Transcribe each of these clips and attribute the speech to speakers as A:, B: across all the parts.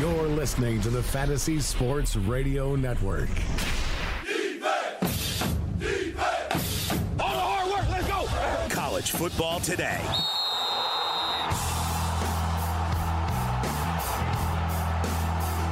A: You're listening to the Fantasy Sports Radio Network.
B: Defense! Defense! All the hard work, let's go!
C: College football today.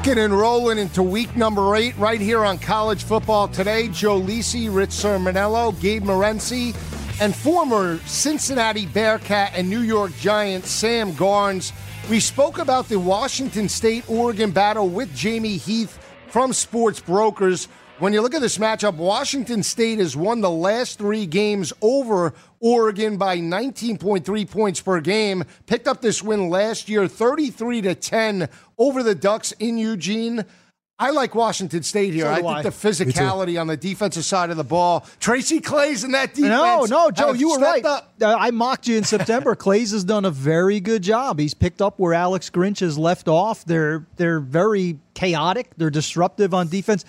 D: Kicking and rolling into week number eight right here on College Football Today. Joe Lisi, Rich Sermonello, Gabe Morenci, and former Cincinnati Bearcat and New York Giant Sam Garnes. We spoke about the Washington State Oregon battle with Jamie Heath from Sports Brokers. When you look at this matchup, Washington State has won the last three games over Oregon by 19.3 points per game. Picked up this win last year, 33 to 10 over the Ducks in Eugene. I like Washington State here.
E: So
D: I
E: do
D: think
E: I.
D: the physicality on the defensive side of the ball. Tracy Clay's in that defense.
E: No, no, Joe,
D: have
E: you were
D: stepped
E: right.
D: up.
E: Uh, I mocked you in September. Clays has done a very good job. He's picked up where Alex Grinch has left off. They're they're very chaotic. They're disruptive on defense.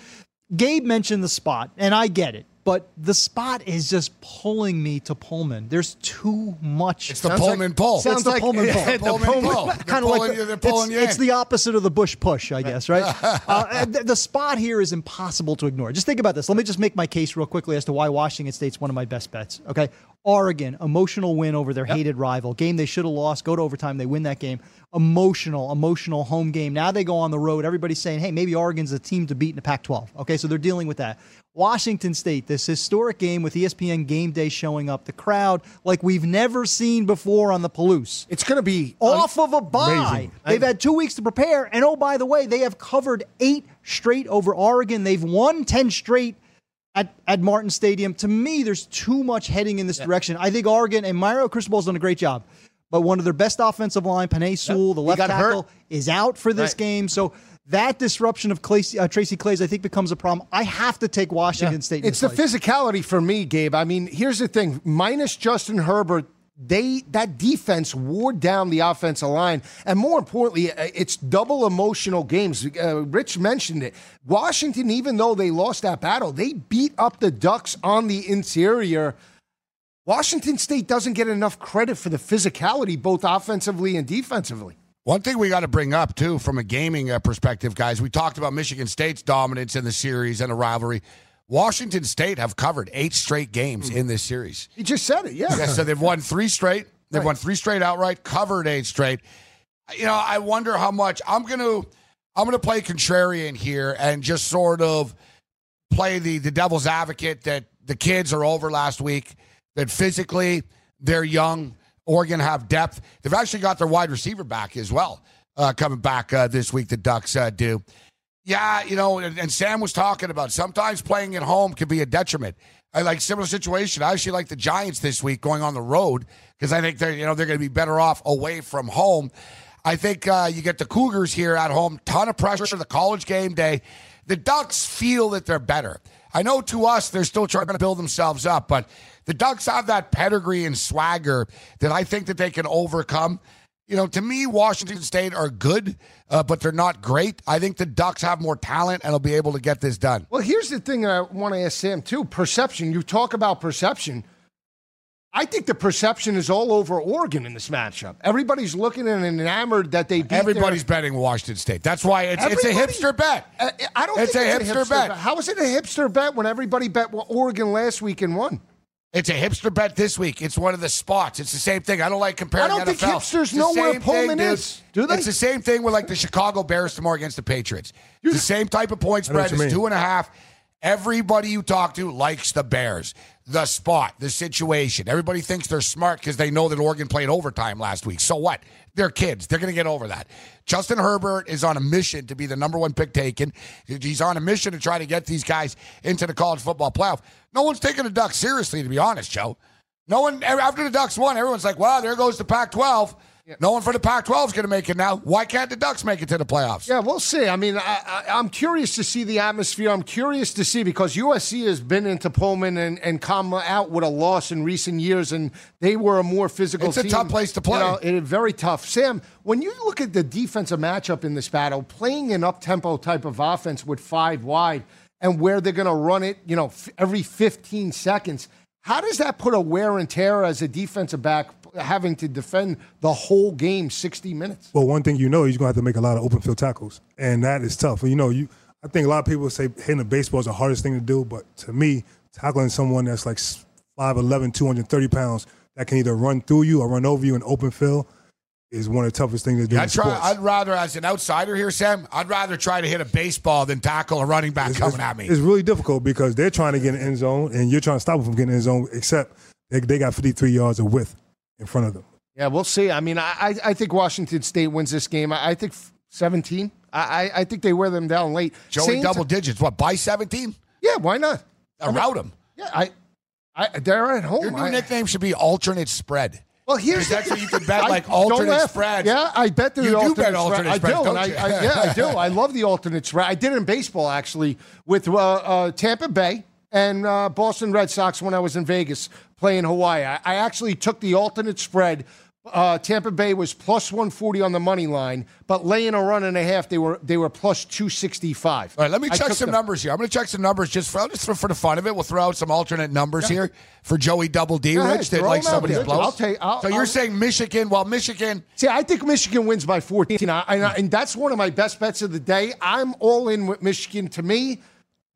E: Gabe mentioned the spot, and I get it, but the spot is just pulling me to Pullman. There's too much.
F: It's the Pullman pull.
E: Sounds
D: It's
E: the
D: like-
E: Pullman pull.
F: The Pullman pull.
E: Kind of like
F: They're pulling you- they're
E: it's-
F: pulling you
E: it's
F: in.
E: the opposite of the Bush push, I guess, right? uh, and th- the spot here is impossible to ignore. Just think about this. Let me just make my case real quickly as to why Washington State's one of my best bets. Okay. Oregon, emotional win over their hated rival. Game they should have lost. Go to overtime. They win that game. Emotional, emotional home game. Now they go on the road. Everybody's saying, hey, maybe Oregon's a team to beat in the Pac 12. Okay. So they're dealing with that. Washington State, this historic game with E ESPN game day showing up, the crowd like we've never seen before on the Palouse
D: It's going to be
E: off of a bye. They've had two weeks to prepare. And oh, by the way, they have covered eight straight over Oregon. They've won 10 straight at, at Martin Stadium. To me, there's too much heading in this direction. I think Oregon and Mario Cristobal's done a great job. But one of their best offensive line, Panay Sewell, the left
D: got hurt.
E: tackle, is out for this
D: Right.
E: game. So that disruption of Clay, uh, Tracy Clays, I think, becomes a problem. I have to take Washington State. in
D: It's the
E: this fight.
D: physicality for me, Gabe. I mean, here's the thing: minus Justin Herbert, they that defense wore down the offensive line, and more importantly, uh, it's double emotional games. Uh, Rich mentioned it. Washington, even though they lost that battle, they beat up the Ducks on the interior. Washington State doesn't get enough credit for the physicality, both offensively and defensively.
F: One thing we got to bring up, too, from a gaming uh, perspective, guys, we talked about Michigan State's dominance in the series and a rivalry. Washington State have covered eight straight games in this series.
D: He just said it, yeah.
F: Yeah, so they've won three straight. They've won three straight outright, covered eight straight. You know, I wonder how much I'm going to I'm going to play contrarian here and just sort of play the the devil's advocate that the kids are over last week, that physically they're young. Oregon have depth. They've actually got their wide receiver back as well, uh, coming back uh, this week. The Ducks uh, do. Yeah, you know, and, and Sam was talking about sometimes playing at home can be a detriment. I like similar situation. I actually like the Giants this week going on the road because I think they're you know they're going to be better off away from home. I think uh, you get the Cougars here at home, ton of pressure. The college game day, the Ducks feel that they're better. I know to us they're still trying to build themselves up, but the Ducks have that pedigree and swagger that I think that they can overcome. You know, to me, Washington State are good, uh, but they're not great. I think the Ducks have more talent and will be able to get this done.
D: Well, here's the thing I want to ask Sam too. Perception. You talk about perception. I think the perception is all over Oregon in this matchup. Everybody's looking and enamored that they beat their-
F: Everybody's betting Washington State. That's why it's, it's a
D: Everybody-
F: hipster bet.
D: I- I don't
F: It's
D: think
F: a
D: it's
F: hipster bet.
D: How is it a hipster bet when everybody bet Oregon last week and won?
F: It's a hipster bet this week. It's one of the spots. It's the same thing. I don't like comparing.
D: I don't think
F: NFL.
D: hipsters
F: It's the
D: know where
F: same
D: Pullman
F: dude.
D: is, do they?
F: It's the same thing with like the Chicago Bears tomorrow against the Patriots. It's the same type of point spread. It's two and a half. Everybody you talk to likes the Bears. The spot, the situation. Everybody thinks they're smart because they know that Oregon played overtime last week. So what? They're kids. They're going to get over that. Justin Herbert is on a mission to be the number one pick taken. He's on a mission to try to get these guys into the college football playoff. No one's taking the e, Ducks seriously, to be honest, Joe. No one after the Ducks won, everyone's like, "Wow, there goes the Pac-12." No one for the Pac-12 is going to make it now. Why can't the Ducks make it to the playoffs?
D: Yeah, we'll see. I mean, I, I, I'm curious to see the atmosphere. I'm curious to see because USC has been into Pullman and, and come out with a loss in recent years, and they were a more physical
F: It's a
D: team.
F: tough place to play.
D: You know, it, very tough. Sam, when you look at the defensive matchup in this battle, playing an up tempo type of offense with five wide and where they're going to run it, you know, f- every 15 seconds, how does that put a wear and tear as a defensive back having to defend the whole game 60 minutes?
C: Well, one thing you know, he's gonna have to make a lot of open field tackles, and that is tough. You know, you I think a lot of people say hitting a baseball is the hardest thing to do, but to me, tackling someone that's like 5'11", 230 pounds that can either run through you or run over you in open field is one of the toughest things to do.
F: I
C: in
F: try.
C: sports.
F: I'd rather, as an outsider here, Sam, I'd rather try to hit a baseball than tackle a running back coming at me.
C: It's really difficult because they're trying to get an end zone and you're trying to stop them from getting in the zone, except they, they got 53 yards of width in front of them.
D: Yeah, we'll see. I mean, I, I- I think Washington State wins this game. I, I think f- 17. I, I- I think they wear them down late.
F: Joey
D: Saints-
F: double digits. What by seventeen?
D: Yeah, why not?
F: I route him.
D: Yeah, I, I they're at home.
F: Your new
D: I-
F: nickname should be alternate spread.
D: well, oh here's
F: Because that's what you can bet,
D: I-
F: like
D: don't
F: alternate
D: laugh.
F: spreads.
D: Yeah, I bet the
F: You do
D: alternate
F: bet
D: spread.
F: alternate spreads,
D: I do,
F: don't
D: and I,
F: you?
D: I, yeah, I do. I love the alternate spread. I did it in baseball actually with uh, uh, Tampa Bay and uh, Boston Red Sox when I was in Vegas playing Hawaii. I, I actually took the alternate spread. Uh, Tampa Bay was plus 140 on the money line, but laying a run and a half, they were they were plus 265.
F: All right, let me
D: I
F: check
D: took
F: some
D: them.
F: numbers here. I'm going to check some numbers just for just for, for the fun of it. We'll throw out some alternate numbers here for Joey Double D,
D: Go ahead,
F: Rich, that
D: throw
F: like
D: them out
F: somebody's
D: there.
F: blows.
D: I'll take- I'll-
F: so you're
D: I'll-
F: saying Michigan? Well, Michigan.
D: See, I think Michigan wins by 14, I, and, I- and that's one of my best bets of the day. I'm all in with Michigan. To me,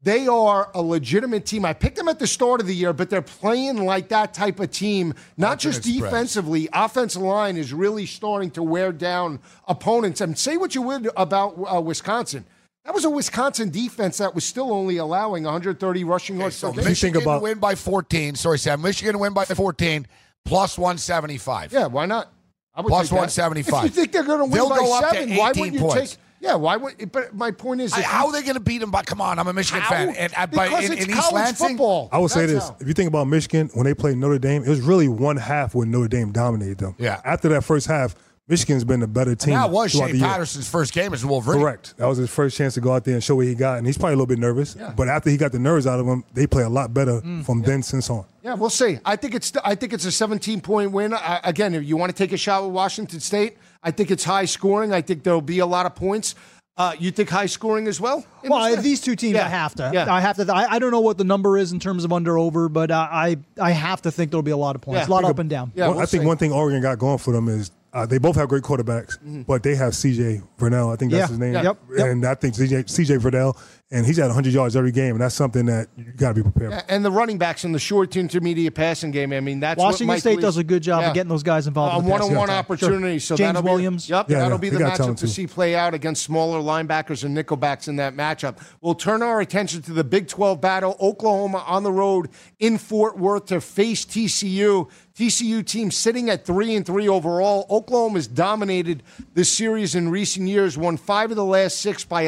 D: they are a legitimate team. I picked them at the start of the year, but they're playing like that type of team, not just
F: Alternate spreads.
D: defensively. Offensive line is really starting to wear down opponents. And say what you would about uh, Wisconsin. That was a Wisconsin defense that was still only allowing 130 rushing yards
F: So
D: per game.
F: Michigan
C: about-
F: win by 14. Sorry, Sam. Michigan win by 14, plus 175.
D: Yeah, why not? I would
F: Plus
D: take that.
F: 175.
D: If you think they're going to win
F: They'll
D: by
F: go up to
D: seven, why
F: 18
D: wouldn't you
F: points.
D: take? Yeah, why would? But my point is,
F: I-
D: if
F: how are they going to beat him? But come on, I'm a Michigan
D: How?
F: fan. And, and by,
D: because
F: in,
D: it's
F: in East
D: college
F: Lansing,
D: football.
C: I will say
D: That's
C: this:
D: how.
C: if you think about Michigan, when they played Notre Dame, it was really one half where Notre Dame dominated them.
F: Yeah.
C: After that first half, Michigan's been the better team.
F: that was
C: throughout
F: Shane
C: the year.
F: Patterson's first game as a Wolverine.
C: Correct. That was his first chance to go out there and show what he got, and he's probably a little bit nervous. But after he got the nerves out of him, they play a lot better from then since on.
D: Yeah, we'll see. I think it's I think it's a 17 point win. I, again, if you want to take a shot with Washington State, I think it's high scoring. I think there'll be a lot of points. Uh, you think high scoring as well? in
E: Well,
D: this
E: if
D: match?
E: these two teams,
D: Yeah.
E: I have to.
D: Yeah.
E: I have to. I, I don't know what the number is in terms of under over, but uh, I I have to think there'll be a lot of points,
D: Yeah.
E: a lot up and down.
D: Yeah,
C: One-
D: we'll
C: I think
D: see.
C: one thing Oregon got going for them is uh, they both have great quarterbacks, but they have CJ Vernell. I think that's
E: Yeah.
C: his name.
E: Yeah. Yep. Yep.
C: And I think CJ CJ Vernell, and he's at 100 yards every game, and that's something that you got to be prepared.
D: Yeah,
C: for.
D: and the running backs in the short to intermediate passing game. I mean, that's
E: Washington
D: what Mike
E: State
D: Lee-
E: does a good job
D: Yeah.
E: of getting those guys involved.
D: on
E: in the passing
D: Uh, one-on-one
E: attack.
D: opportunities.
E: Sure.
D: So
E: James
D: that'll
E: Williams.
D: Be, yep,
C: Yeah,
D: that'll
C: yeah,
D: be
C: they
D: the
C: got
D: matchup
C: talent,
D: to
C: too.
D: see play out against smaller linebackers and nickelbacks in that matchup. We'll turn our attention to the Big 12 battle. Oklahoma on the road in Fort Worth to face TCU. TCU team sitting at three and three overall. Oklahoma's dominated the series in recent years. Won five of the last six by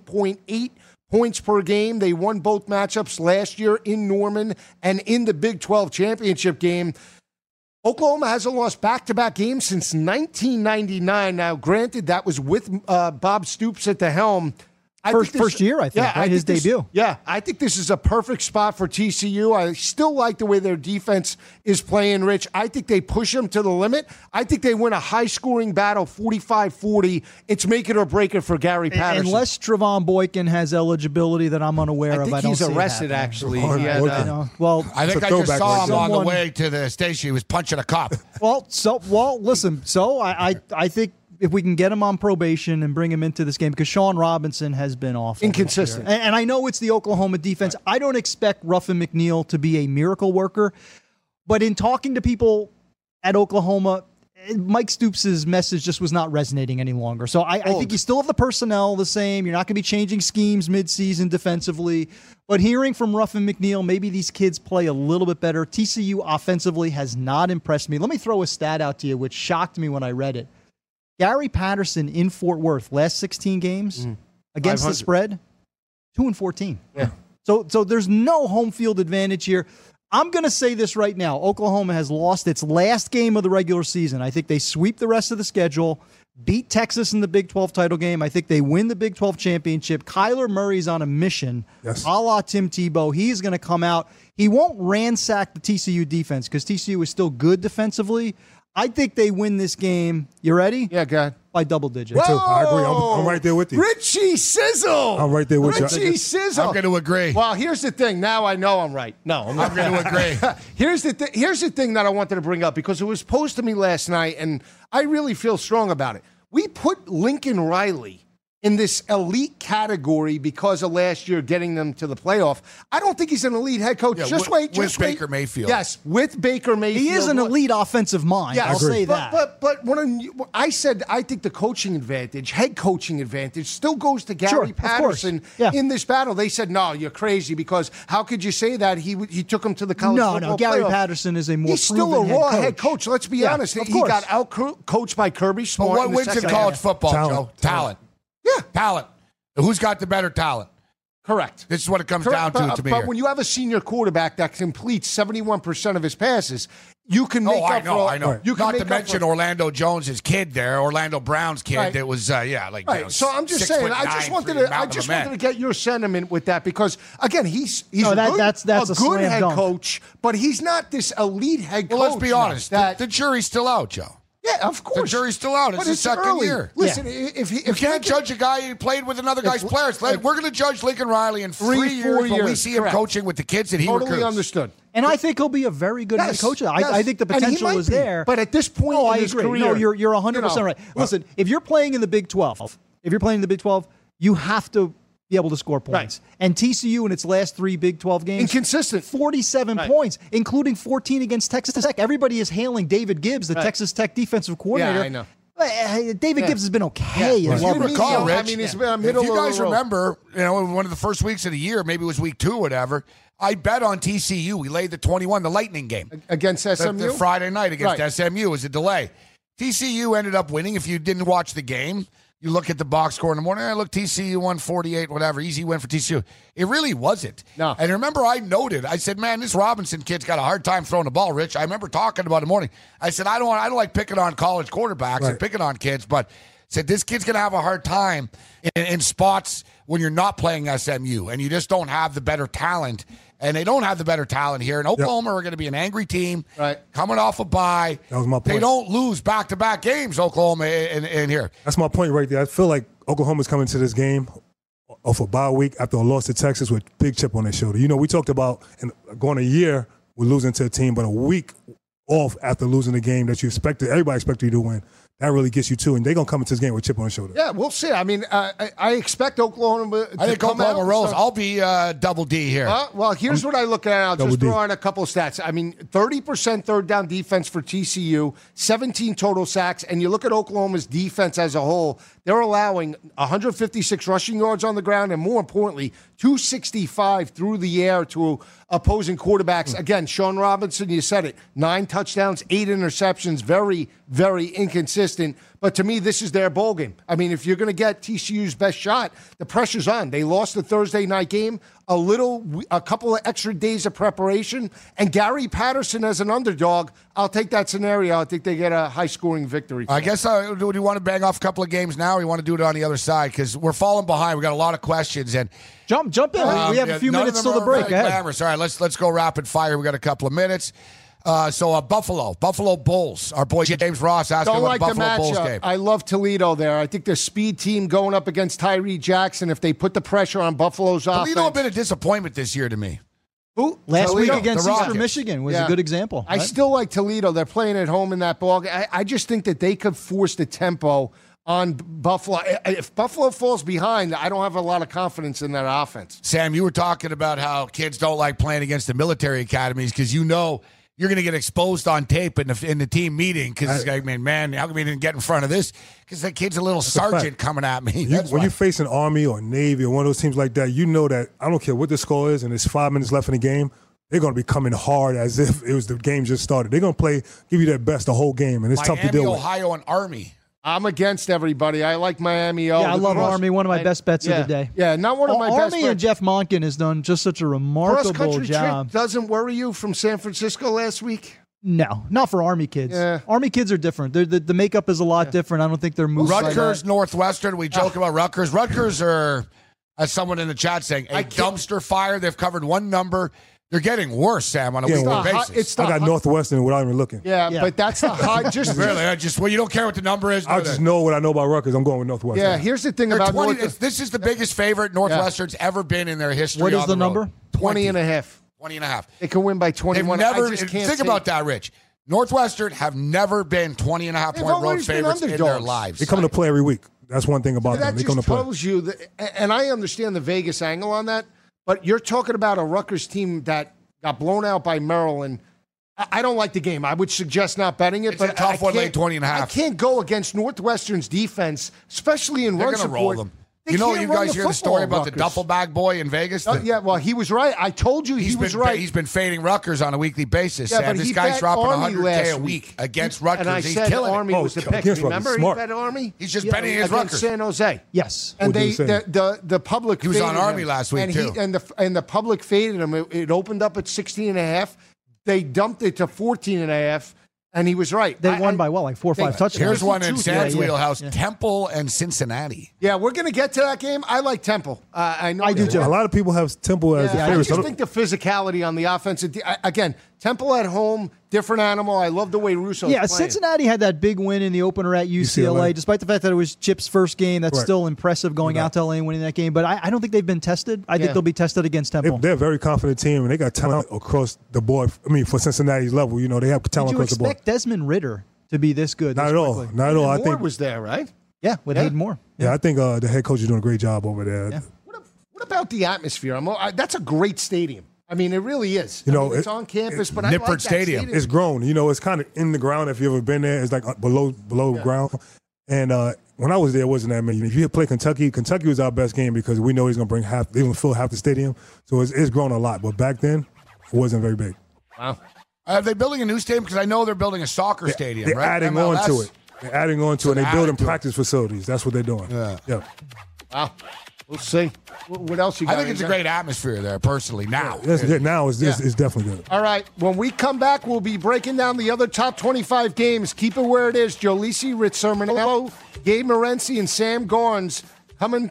D: 11.8 points per game. They won both matchups last year in Norman and in the Big 12 championship game. Oklahoma hasn't lost back to back games since 1999. Now, granted, that was with uh, Bob Stoops at the helm. I
E: First-
D: think
E: first year, I think, right? His
D: this-
E: debut.
D: yeah, I think this is a perfect spot for TCU. I still like the way their defense is playing, Rich. I think they push them to the limit. I think they win a high scoring battle 45 40. It's make it or break it for Gary Patterson.
E: Unless Travon Boykin has eligibility that I'm unaware
D: I
E: of,
D: think
E: I don't
D: he's
E: see it
D: arrested,
E: happening.
D: actually.
C: Or-
D: He had,
C: or-
D: uh,
E: You know, well,
F: I think
C: It's a
F: I just
C: throwback
F: saw
C: right
F: him
C: there.
F: on the
E: Someone-
F: way to the station. He was punching a cop.
E: Well, so well, listen. So I, I, I think if we can get him on probation and bring him into this game, because Sean Robinson has been awful,
D: Inconsistent.
E: and, and I know it's the Oklahoma defense. I don't expect Ruffin McNeil to be a miracle worker, but in talking to people at Oklahoma. eh, Mike Stoops' message just was not resonating any longer. So I, I think you still have the personnel the same. You're not going to be changing schemes midseason defensively. But hearing from Ruffin McNeil, maybe these kids play a little bit better. TCU offensively has not impressed me. Let me throw a stat out to you, which shocked me when I read it. Gary Patterson in Fort Worth, last 16 games against the
D: 500.
E: spread, 2 and 14. Yeah. So so there's no home field advantage here. I'm going to say this right now. Oklahoma has lost its last game of the regular season. I think they sweep the rest of the schedule, beat Texas in the Big 12 title game. I think they win the Big 12 championship. Kyler Murray's on a mission,
C: Yes.
E: a la Tim Tebow. He's going to come out. He won't ransack the TCU defense because TCU is still good defensively. I think they win this game. You ready?
D: Yeah, go ahead.
E: By double digits.
C: too. I agree. I'm- I'm right there with you.
D: Richie Sizzle.
C: I'm right there with you.
D: Richie Sizzle.
F: I'm going to agree.
D: Well, here's the thing. Now I know I'm right. No, I'm
F: I'm
D: not.
F: going to agree.
D: here's the th- here's the thing that I wanted to bring up because it was posed to me last night, and I really feel strong about it. We put Lincoln Riley in this elite category because of last year getting them to the playoff. I don't think he's an elite head coach.
F: Yeah,
D: just
F: with-
D: wait,
F: with
D: just wait.
F: Baker Mayfield.
D: Yes, with Baker Mayfield.
E: He is an
D: Look-
E: elite offensive mind.
D: Yes.
E: I'll say
D: but,
E: that.
D: But but when I'm- I said I think the coaching advantage, head coaching advantage, still goes to Gary
E: Sure, of course.
D: Patterson
E: Yeah.
D: in this battle. They said, "No, you're crazy because how could you say that? He w- he took him to the college
E: No, no,
D: football
E: Gary
D: playoff.
E: Patterson is a more
D: he's still a
E: proven head
D: raw
E: coach.
D: head coach. Let's be
E: Yeah,
D: honest,
E: of
D: he
E: course.
D: got out cro- coached by Kirby
F: But
D: Smart.
F: what
D: in the
F: wins in
D: second
F: college
D: half.
F: football,
C: Talent.
F: Joe? Talent.
D: Yeah,
F: Talent. Who's got the better talent?
D: correct.
F: This is what it comes
D: Correct,
F: down to
D: but,
F: to me.
D: but
F: here.
D: when you have a senior quarterback that completes seventy one percent of his passes, you can make
F: oh, I
D: up
F: know,
D: for.
F: I know.
D: You can
F: Not
D: make
F: to
D: up for-
F: mention Orlando Jones' kid there, Orlando Brown's kid
D: Right.
F: that was, uh, yeah, like. you know,
D: Right. So I'm just
F: six
D: saying.
F: foot
D: I
F: nine,
D: just wanted
F: three,
D: to. I
F: mountain of
D: just
F: a man.
D: wanted to get your sentiment with that because again, he's he's
E: No,
D: a
E: that-
D: good,
E: that's- that's a
D: good
E: slam
D: head
E: dunk.
D: coach, but he's not this elite head
F: Well,
D: coach.
F: let's be honest. The-
D: That
F: the, jury's still out, Joe.
D: yeah, of course.
F: jury's still out. It's
D: But
F: his second
D: early.
F: year.
D: Listen,
E: Yeah.
D: i- if he, if
F: You can't
D: Lincoln-
F: judge a guy who played with another guy's
D: If-
F: players. Let-
D: if-
F: We're going to judge Lincoln Riley in
D: Three,
F: three, years,
D: four
F: but we
D: years,
F: see
D: correct.
F: him coaching with the kids that he
D: totally
F: recruits.
D: understood.
E: And I think he'll be a very good
D: Yes,
E: head coach. I,
D: yes,
E: I think the
D: and he
E: potential
D: might
E: is
D: be,
E: there.
D: but at this point
E: no,
D: in
E: I
D: his
E: agree.
D: career,
E: no, you're you're
D: you
E: 100
D: know.
E: percent right. Listen, if you're playing in the Big 12, if you're playing in the Big 12, you have to be able to score points. And TCU in its last three Big 12 games,
D: Inconsistent.
E: 47
D: Right.
E: points, including 14 against Texas Tech. Everybody is hailing David Gibbs, the
D: Right.
E: Texas Tech defensive coordinator.
D: I know.
E: Uh, David
D: Yeah.
E: Gibbs has been okay.
D: Yeah.
E: as
D: Right.
E: well.
F: You
D: Well,
F: recall,
D: medium, I
F: Rich,
D: mean, it's, uh,
F: if
D: middle
F: you
D: of
F: guys
D: the road.
F: remember, you know, one of the first weeks of the year, maybe it was week two, whatever. I bet on TCU. We laid the twenty-one, the Lightning game
D: against
F: the,
D: SMU
F: the Friday night against
D: Right.
F: SMU was a delay. TCU ended up winning. If you didn't watch the game, you look at the box score in the morning. I look, TCU won 48, whatever. Easy win for TCU. It really wasn't.
D: No.
F: And remember, I noted, I said, man, this Robinson kid's got a hard time throwing the ball, Rich. I remember talking about it in the morning. I said, I don't, want, I don't like picking on college quarterbacks and
C: Right.
F: picking on kids, but said this kid's going to have a hard time in, in spots when you're not playing SMU and you just don't have the better talent. And they don't have the better talent here. And Oklahoma are going to be an angry team
D: Right.
F: coming off a bye.
C: That was my
F: They
C: point.
F: don't lose back to back games, Oklahoma in, in here.
C: That's my point right there. I feel like Oklahoma's coming to this game off a bye week after a loss to Texas with big chip on their shoulder. You know, we talked about and going a year with losing to a team, but a week off after losing a game that you expected, everybody expected you to win. That really gets you too, and they're gonna come into this game with chip on their shoulder.
D: Yeah, we'll see. I mean, uh, I, I expect Oklahoma. To
F: I think
D: come
F: Oklahoma
D: out,
F: rolls.
D: so-
F: I'll be uh, double D here.
D: Uh, well, here's what I look at. I'll
C: Double
D: just
C: D.
D: throw in a couple of stats. I mean, 30% third down defense for TCU, 17 total sacks, and you look at Oklahoma's defense as a whole, they're allowing 156 rushing yards on the ground, and more importantly, 265 through the air to opposing quarterbacks. Again, Sean Robinson, you said it, nine touchdowns, eight interceptions, very, very inconsistent. But to me, this is their bowl game. I mean, if you're going to get TCU's best shot, the pressure's on. They lost the Thursday night game, a little, a couple of extra days of preparation, and Gary Patterson as an underdog. I'll take that scenario. I think they get a high scoring victory.
F: I guess uh, do do you want to bang off a couple of games now, or you want to do it on the other side? Because we're falling behind. We got a lot of questions, and
E: Jump, jump in. We-
F: Um,
E: we have
F: yeah,
E: a few
F: none of
E: minutes
F: them
E: till the
F: are
E: break. eh? Go
F: very
E: ahead.
F: glamorous. All right, let's let's go rapid fire. We got a couple of minutes. Uh, so uh, Buffalo, Buffalo Bulls. Our boy James Ross asking
D: Don't
F: about
D: like
F: the
D: the
F: Buffalo Bulls
D: matchup. Uh,
F: game.
D: I love Toledo there. I think the speed team going up against Tyree Jackson. If they put the pressure on Buffalo's offense,
F: Toledo a bit of disappointment this year to me.
D: Who?
E: Last
D: Toledo.
E: week against
F: the
E: Eastern
F: Rockets.
E: Michigan was
D: Yeah.
E: a good example.
D: I
E: right?
D: still like Toledo. They're playing at home in that ball. ga- I, I just think that they could force the tempo on Buffalo. I- I- If Buffalo falls behind, I don't have a lot of confidence in that offense.
F: Sam, you were talking about how kids don't like playing against the military academies because you know you're going to get exposed on tape in the, in the team meeting because it's like, man, man, how come we didn't get in front of this? Because that kid's a little sergeant
C: fact.
F: coming at me.
C: You,
F: That's
C: when
F: why.
C: you face an Army or Navy or one of those teams like that, you know that I don't care what the score is and there's five minutes left in the game, they're going to be coming hard as if it was the game just started. They're going to play, give you their best the whole game, and it's tough to
F: Miami,
C: deal with.
F: Ohio, and Army.
D: I'm against everybody. I like Miami.
E: yeah, I love Army. One of my best bets
G: yeah.
E: of the day.
D: Yeah, not one of my best.
E: Army and
D: friends.
E: Jeff Monken has done just such a
D: Cross
E: remarkable
D: country
E: job.
D: trip doesn't worry you from San Francisco last week.
E: No, not for Army kids.
D: Yeah.
E: Army kids are different. They're, the, the makeup is a lot different. I don't think they're moving.
F: Rutgers, Northwestern. We
D: Oh.
F: joke about Rutgers. Rutgers are, as someone in the chat saying, a dumpster fire. They've covered one number. They're getting worse, Sam, on a
C: Yeah,
F: weekly
C: well,
F: basis.
D: it's
C: I
D: the
C: got
D: hi-
C: Northwestern without even looking.
D: Yeah,
E: Yeah.
D: but that's the high. Just
F: really. I just well, you don't care what the number is.
C: I
F: do
C: just
F: they?
C: know what I know about Rutgers. I'm going with Northwestern.
D: yeah. Here's the thing
F: They're
D: about
F: 20
D: North,
F: it's- this is the biggest favorite Northwestern's ever been in their history.
E: What is
F: on
E: the
F: road.
E: number?
D: 20 and a half.
F: 20 and a half.
D: They can win by
F: They've
D: 21.
F: never,
D: I just can't
F: think
D: see
F: about
D: it.
F: that, Rich. Northwestern have never been 20 and a half
D: They've
F: point road
D: always been
F: favorites in their
D: underdogs.
F: lives.
C: They come to play every week. That's one thing about them.
D: That
C: They come to
D: just
C: play.
D: tells you that, a- and I understand the Vegas angle on that, but you're talking about a Rutgers team that got blown out by Maryland. I I don't like the game. I would suggest not betting it.
F: It's
D: but
F: a tough
D: I
F: one,
D: can't-
F: late 20 and a
D: I
F: half.
D: can't go against Northwestern's defense, especially in
F: They're
D: run
F: going to
D: support.
F: roll them.
D: They
F: you know,
D: can't
F: you
D: run
F: guys hear the story
D: football,
F: about the
D: Rutgers.
F: duffel bag boy in Vegas?
D: Uh,
F: The-
D: yeah, well, he was right. I told you he
F: He's
D: was
F: been,
D: right.
F: He's been fading Rutgers on a weekly basis.
D: Yeah,
F: Sam.
D: but
F: this
D: he
F: guy's
D: bet
F: dropping
D: Army
F: 100K a
D: last
F: week against
D: He-
F: Rutgers.
D: And I
F: he's
D: said
F: killing it.
D: Army
C: Oh,
D: was the
C: against
D: pick.
C: Rutgers,
D: Remember,
C: smart.
D: he bet Army.
F: He's just betting against Rutgers.
D: San Jose.
E: Yes.
D: And
C: What
D: they
C: did he say?
D: the, the the public
F: He was on
D: faded
F: Army
D: him.
F: last week,
D: and
F: too.
D: He, and the and the public faded him. It, it opened up at 16 and a half. They dumped it to 14 and a half, and he was right.
E: They
D: I-
E: won
D: I-
E: by, what, like four or five
D: they-
E: touchdowns?
F: Here's one in
D: Yeah,
F: Sam's
E: yeah,
F: wheelhouse
E: yeah.
F: Temple and Cincinnati.
D: Yeah, we're gonna get to that game. I like Temple. Uh, I know.
E: I do,
D: they
E: too.
D: won.
C: A lot of people have Temple as
D: Yeah,
C: their
D: I
C: favorite.
D: just think the physicality on the offensive. de- I- again, Temple at home, different animal. I love the way Russo.
E: Yeah,
D: playing.
E: Cincinnati had that big win in the opener at UCLA.
C: UCLA.
E: Despite the fact that it was Chip's first game, that's
C: Right.
E: still impressive going out to LA and winning that game. But I, I don't think they've been tested. I
D: Yeah.
E: think they'll be tested against Temple.
C: they, are a very confident team, and they got talent across the board. I mean, for Cincinnati's level, you know, they have
E: Did
C: talent
E: you
C: across the board.
E: expect Desmond Ritter to be this good?
C: Not
E: this
C: at all.
E: quickly?
C: Not at all. I
D: Moore
C: think.
D: was there, right?
E: Yeah, with Hayden Moore.
C: Yeah, I think uh, the head coach is doing a great job over there.
D: What, ab- what about the atmosphere? I'm, I, that's a great stadium. I mean, it really is.
C: You
D: I
C: know,
D: mean, it's
C: it-
D: on campus, but I
F: Nippert
D: like that
F: Stadium.
D: stadium.
C: It's grown. You know, it's kind of in the ground. If you ever been there, it's like uh, below below ground. And uh, when I was there, it wasn't that many. If you play Kentucky, Kentucky was our best game because we know he's going to bring half, they going to fill half the stadium. So it's, it's grown a lot. But back then, it wasn't very big.
F: Are they building a new stadium? Because I know they're building a soccer stadium,
C: They're
F: right?
C: adding on to
F: MLS.
C: it. They're adding on to it.
F: they're
C: They're
F: adding
C: building
F: to it.
C: practice facilities. That's what they're doing. Yeah. yeah.
D: Wow. We'll see. Wh- What else you got?
F: I think it's a
D: Andrew?
F: great atmosphere there, personally, now.
C: That's good. Now it's, it's,
F: Yeah.
C: it's definitely good.
D: All right. When we come back, we'll be breaking down the other top 25 games. Keep it where it is. Jolisi, Rich Sermonello, Gabe Morency, and Sam Gorns coming.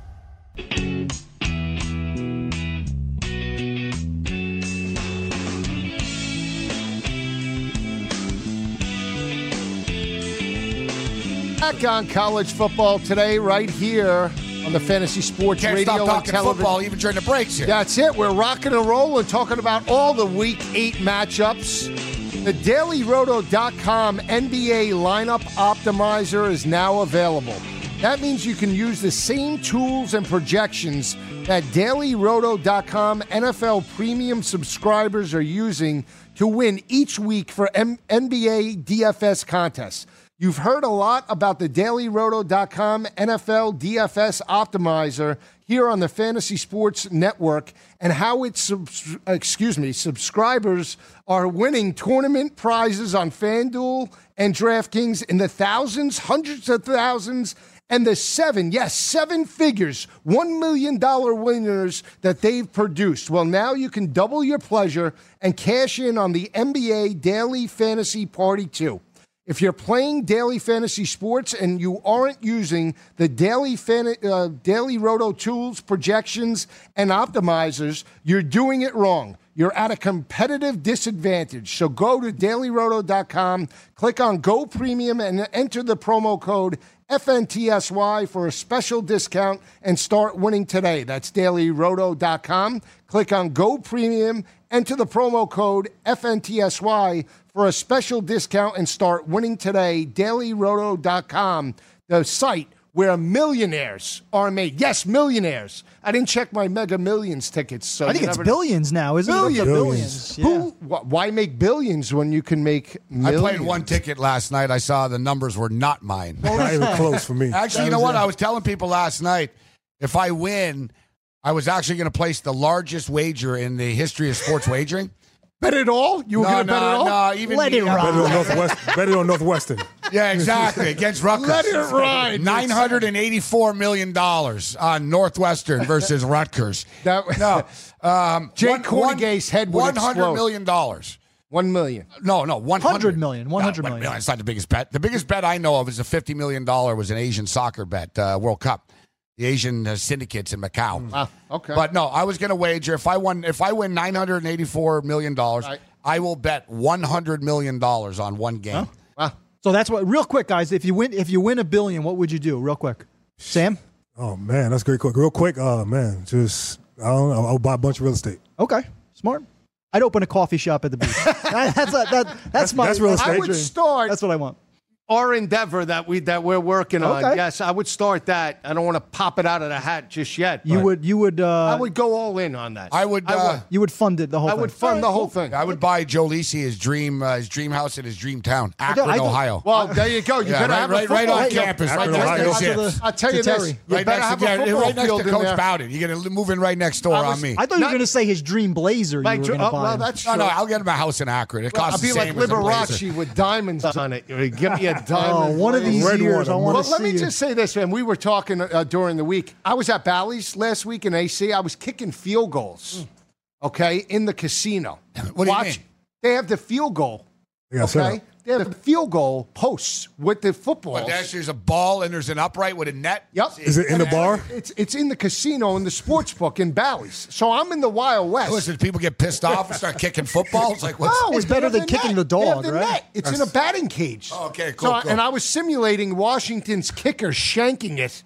D: Back on college football today, right here on the Fantasy Sports
F: Can't
D: Radio
F: stop
D: and
F: talking
D: Television.
F: football even during the breaks here.
D: That's it. We're rocking and rolling, talking about all the Week 8 matchups. The DailyRoto.com NBA lineup optimizer is now available. That means you can use the same tools and projections that DailyRoto.com NFL premium subscribers are using to win each week for M- NBA DFS contests. You've heard a lot about the dailyroto.com NFL DFS optimizer here on the Fantasy Sports Network and how its subs- excuse me, subscribers are winning tournament prizes on FanDuel and DraftKings in the thousands, hundreds of thousands and the seven, yes, seven figures, $1 million winners that they've produced. Well, now you can double your pleasure and cash in on the NBA Daily Fantasy Party 2. If you're playing daily fantasy sports and you aren't using the daily fan, uh, daily roto tools, projections, and optimizers, you're doing it wrong. You're at a competitive disadvantage. So go to dailyroto.com, click on Go Premium, and enter the promo code FNTSY for a special discount and start winning today. That's dailyroto.com. Click on Go Premium, enter the promo code FNTSY for a special discount and start winning today. DailyRoto.com, the site where millionaires are made. Yes, millionaires. I didn't check my Mega Millions tickets. So
E: I think
D: you
E: it's
D: never know.
E: billions now, isn't it?
D: Billions.
E: Billions. Yeah.
D: Who? Wh- why make billions when you can make
F: I
D: millions?
F: played one ticket last night. I saw the numbers were not mine.
C: Not even close for me.
F: Actually, you know what? I was telling people last night if I win, I was actually going to place the largest wager in the history of sports wagering.
D: Bet it all? You were
F: no,
D: going to bet it all?
F: no, no. Even
E: Let it
F: yeah,
E: rock.
C: Better on Northwest. Better on Northwestern.
F: Yeah, exactly. Against Rutgers.
D: Let it ride.
F: Nine hundred and eighty-four million dollars on Northwestern versus Rutgers.
D: That-
F: no, um,
D: Jay Cornegay's head would
F: One hundred
D: explode.
F: million dollars.
D: One million.
F: No, no, one
E: 100 million, 100 million.
F: It's not the biggest bet. The biggest bet I know of is a fifty million dollar was an Asian soccer bet, uh, World Cup, the Asian uh, syndicates in
D: Wow,
F: Macau.
D: Hmm. Ah, okay.
F: But no, I was going to wager if I won, if I win nine hundred and eighty-four million dollars,
D: Right.
F: I will bet one hundred million dollars on one game.
D: Wow.
E: So that's what. Real quick, guys. If you win, if you win a billion, what would you do? Real quick, Sam.
C: Oh man, that's a great. Quick, real quick. Oh man, just I don't know. I'll buy a bunch of real estate.
E: Okay, smart. I'd open a coffee shop at the beach. That- that's, a, that, that's my.
C: that's real
D: I
C: estate.
D: would
C: Adrian.
D: start
E: That's what I want.
D: our endeavor that we that we're working on.
E: Okay.
D: Yes, I would start that. I don't want to pop it out of the hat just yet.
E: You
D: but
E: would. You would. Uh,
D: I would go all in on that.
F: I would.
D: I
F: uh,
D: would,
E: You would fund it. The whole.
D: I
E: thing.
D: would fund the whole thing.
F: I would buy Joe Lisi his dream uh, his dream house in his dream town, Akron,
E: I don't-
F: Ohio.
D: Well, there you go. You
F: Yeah,
D: better
F: right-
D: have
F: right-
D: a football
F: right on
D: field.
F: campus,
D: I'll
F: right
D: tell
F: next
D: you
F: to
D: this.
F: Zips.
D: I'll tell you
E: to
D: this.
E: Terry.
D: You
F: right
D: better
F: next
D: have
F: to, yeah,
D: a football
F: right next
D: field
F: to
D: in
F: Coach
D: there.
F: Bowden. You're gonna li- move in right next door
D: I was-
F: on me.
E: I thought you were
D: Not-
E: going to say his dream blazer.
D: My
E: you were
D: dr-
E: gonna
D: oh,
E: buy
D: well,
E: him.
D: that's
F: no, no,
D: true.
F: I'll get him a house in Akron. It
D: I'll
F: costs
D: be
F: the
D: like
F: same as a blazer.
D: Liberace with diamonds on it. You Give me a diamond.
E: Oh, one of these
D: blazer.
C: Red
E: years,
C: water.
E: I want
D: Well,
E: to
D: let
E: see
D: me
E: you.
D: just say this, man. We were talking uh, during the week. I was at Bally's last week in AC. I was kicking field goals, okay, in the casino.
F: What do you mean?
D: They have the field goal,
C: They got set
D: okay?
C: up.
D: They have the field goal posts with the footballs.
F: But there's, there's a ball and there's an upright with a net.
D: Yep.
C: Is it in the bar?
D: It's it's in the casino in the sports book in Bally's. So I'm in the Wild West.
F: Listen, people get pissed off and start kicking footballs. Like what's
D: No,
E: It's
D: they
E: better
D: have
E: than kicking
D: net.
E: the
D: They have
E: dog,
D: the
E: right?
D: net. It's in a batting cage.
F: Oh, okay, cool,
D: So I-
F: cool.
D: And I was simulating Washington's kicker shanking it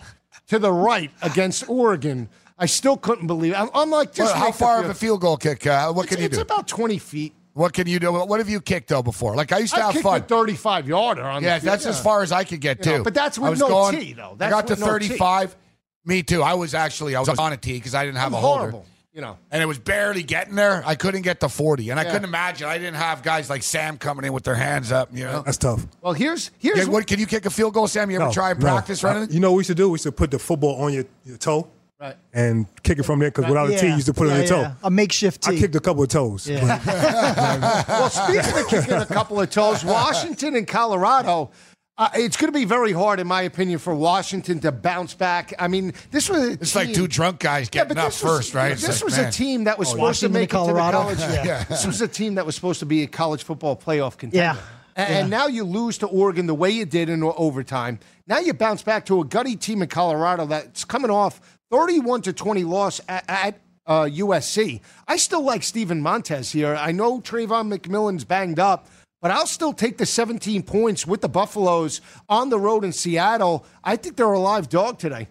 D: to the right against Oregon. I still couldn't believe. It. I'm, I'm like, just
F: Well, how
D: make the
F: far of
D: field.
F: a field goal kick? Uh, what can
D: it's,
F: you
D: it's
F: do?
D: about 20 feet.
F: what can you do? What have you kicked though before? Like I used to
D: I
F: have
D: kicked
F: fun.
D: a 35 yarder on
F: Yeah,
D: the field.
F: that's as far as I could get
D: You
F: too.
D: know, but that's with
F: I was
D: no
F: going,
D: tee, though.
F: I
D: That's
F: got to
D: with no tee.
F: 35. Me too. I was actually I was on a tee because I didn't have
D: I'm
F: a
D: horrible.
F: holder,
D: You know,
F: and it was barely getting there. I couldn't get to 40, and I
D: Yeah.
F: couldn't imagine. I didn't have guys like Sam coming in with their hands up. You know,
C: That's tough.
D: well, here's here's
F: Yeah, what, can you kick a field goal, Sam? You ever
C: No,
F: try and
C: no.
F: practice running?
C: You know what we should do? We should put the football on your, your toe
D: Right.
C: and kick it from there because without a tee, you used to put it
E: Yeah,
C: on your toe.
E: yeah. A makeshift tee.
C: I kicked a couple of toes.
E: Yeah.
C: but
D: Well, speaking of kicking a couple of toes, Washington and Colorado. Uh, it's going to be very hard, in my opinion, for Washington to bounce back. I I mean, this was a
F: It's
D: team-
F: like two drunk guys
D: Yeah,
F: getting
D: but
F: up
D: this was-
F: first, right? It's
D: This
F: like,
D: was
F: man.
D: a team that was supposed to
E: Oh, Washington and
D: make it to the
E: Colorado.
D: college. This was a team that was supposed to be a college football playoff contender.
E: Yeah.
D: A- And, now you lose to Oregon the way you did in o- overtime. Now you bounce back to a gutty team in Colorado that's coming off 31 to 20 loss at, at uh, USC. I still like Steven Montez here. I know Trayvon McMillan's banged up, but I'll still take the 17 points with the Buffaloes on the road in Seattle. I think they're a live dog today.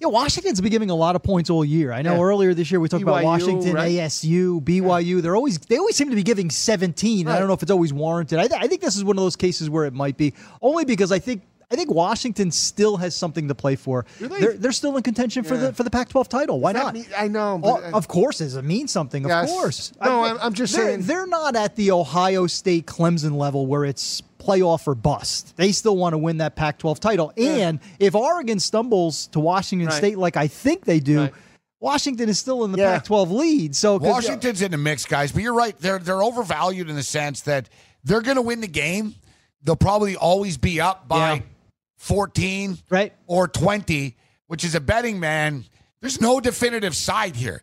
E: Yeah, Washington's been giving a lot of points all year. I know
D: Yeah.
E: earlier this year we talked about
D: BYU,
E: Washington,
D: right?
E: ASU, BYU. They're always they always seem to be giving 17. and I
D: Right.
E: don't know if it's always warranted. I, th- I think this is one of those cases where it might be only because I think I think Washington still has something to play for.
D: they?
E: They're, they're still in contention for the for the Pac-12 title. Why
D: Does that
E: not?
D: mean- I know,
E: Oh,
D: but-
E: of course, it means something. Of
D: Yes.
E: course.
D: No,
E: I-
D: I'm- I'm just
E: they're-
D: saying-
E: they're not at the Ohio State Clemson level where it's playoff or bust. They still want to win that Pac 12 title. And if Oregon stumbles to Washington
D: Right.
E: State like I think they do,
D: Right.
E: Washington is still in the
D: Yeah.
E: Pac 12 lead. So 'cause-
F: Washington's in the mix, guys. But you're right; they're they're overvalued in the sense that they're going to win the game. They'll probably always be up by
E: Yeah.
F: 14,
E: Right.
F: or 20, which is a betting man. There's no definitive side here.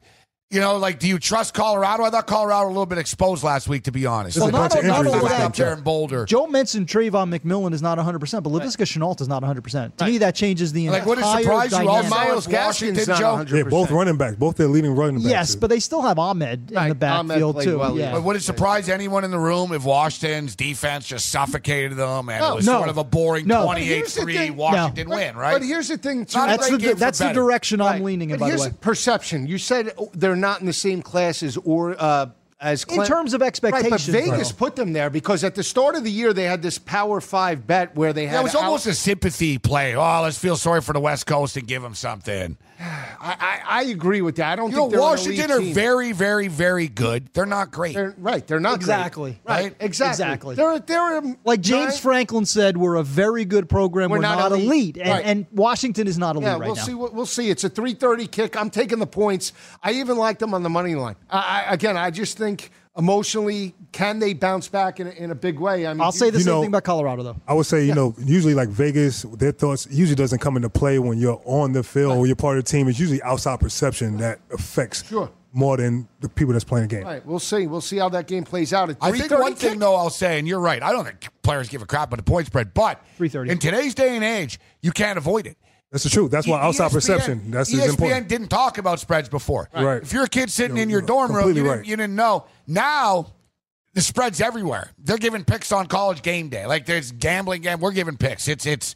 F: You know, like, do you trust Colorado? I thought Colorado was a little bit exposed last week, to be honest.
C: There's
E: Well,
C: a bunch
E: not,
C: of
E: not
C: injuries
E: only
C: that
F: Up
C: popped
E: that,
C: up.
F: there in Boulder.
E: Joe mentioned Trayvon McMillan is not 100%, but LaVisca Chenault is not 100%. To me, that changes the entire
F: Like, would it surprise you? All
E: dynamic.
F: Miles
D: Gaskin's
F: Gaskins,
D: not
F: Joe.
D: 100%.
C: yeah, both running back, both their leading running backs.
E: Yes, but they still have Ahmed in
D: Right,
E: the
D: Ahmed
E: backfield,
D: played
E: too.
D: well,
E: yeah.
D: yeah.
F: But would it surprise anyone in the room if Washington's defense just suffocated them and it was
E: No.
F: sort of a boring
E: No.
D: Here's the
F: 28-3
D: thing-
F: Washington
D: But-
F: win, right?
D: But here's the thing, too.
F: Not a
E: That's
F: great
E: the,
F: game for
E: that's the
F: betting.
E: direction I'm
D: Right.
E: leaning in,
D: But
E: by the
D: here's
E: way.
D: Perception. You said oh, they're not in the same classes or uh, as
E: In terms of expectations,
D: Right, but Vegas
E: though.
D: put them there because at the start of the year they had this Power Five bet where they had.
F: Yeah, it was
D: out-
F: almost a sympathy play. Oh, let's feel sorry for the West Coast and give them something.
D: I, I, I agree with that. I don't
F: You know,
D: think they're an elite
F: Washington are
D: team.
F: very, very, very good. They're not great.
D: They're- right. They're not great.
E: Exactly.
D: Right. Exactly.
E: Exactly.
D: They're they're um,
E: Like James
D: nine-
E: Franklin said, we're a very good program. We're, not, elite, and,
D: Right.
E: and Washington is not elite
D: Yeah,
E: right
D: we'll
E: now.
D: see. We'll, we'll see. It's a three thirty kick. I'm taking the points. I even like them on the money line. I, I, again, I just think emotionally, can they bounce back in a, in a big way? I mean,
E: I'll say the
C: You
E: same
C: know-
E: thing about Colorado though.
C: I would say, you know, usually like Vegas, their thoughts usually doesn't come into play when you're on the field or you're part of the team. It's usually outside perception that affects
D: Sure.
C: more than the people that's playing the game.
D: All right, we'll see. We'll see how that game plays out. At
F: I think
D: 3:30
F: one
D: kick.
F: thing though I'll say, and you're right, I don't think players give a crap about the point spread, but
E: 3:30.
F: in today's day and age, you can't avoid it.
C: That's the truth.
F: E-
C: That's why outside
F: ESPN
C: perception. That's is
F: ESPN
C: important.
F: didn't talk about spreads before.
C: Right.
F: If you're a kid sitting
C: You're-
F: in your
C: you're
F: dorm room, you
C: completely
F: didn't,
C: right.
F: you didn't know. Now the spreads everywhere. They're giving picks on college game day. Like there's gambling game. We're giving picks. It's it's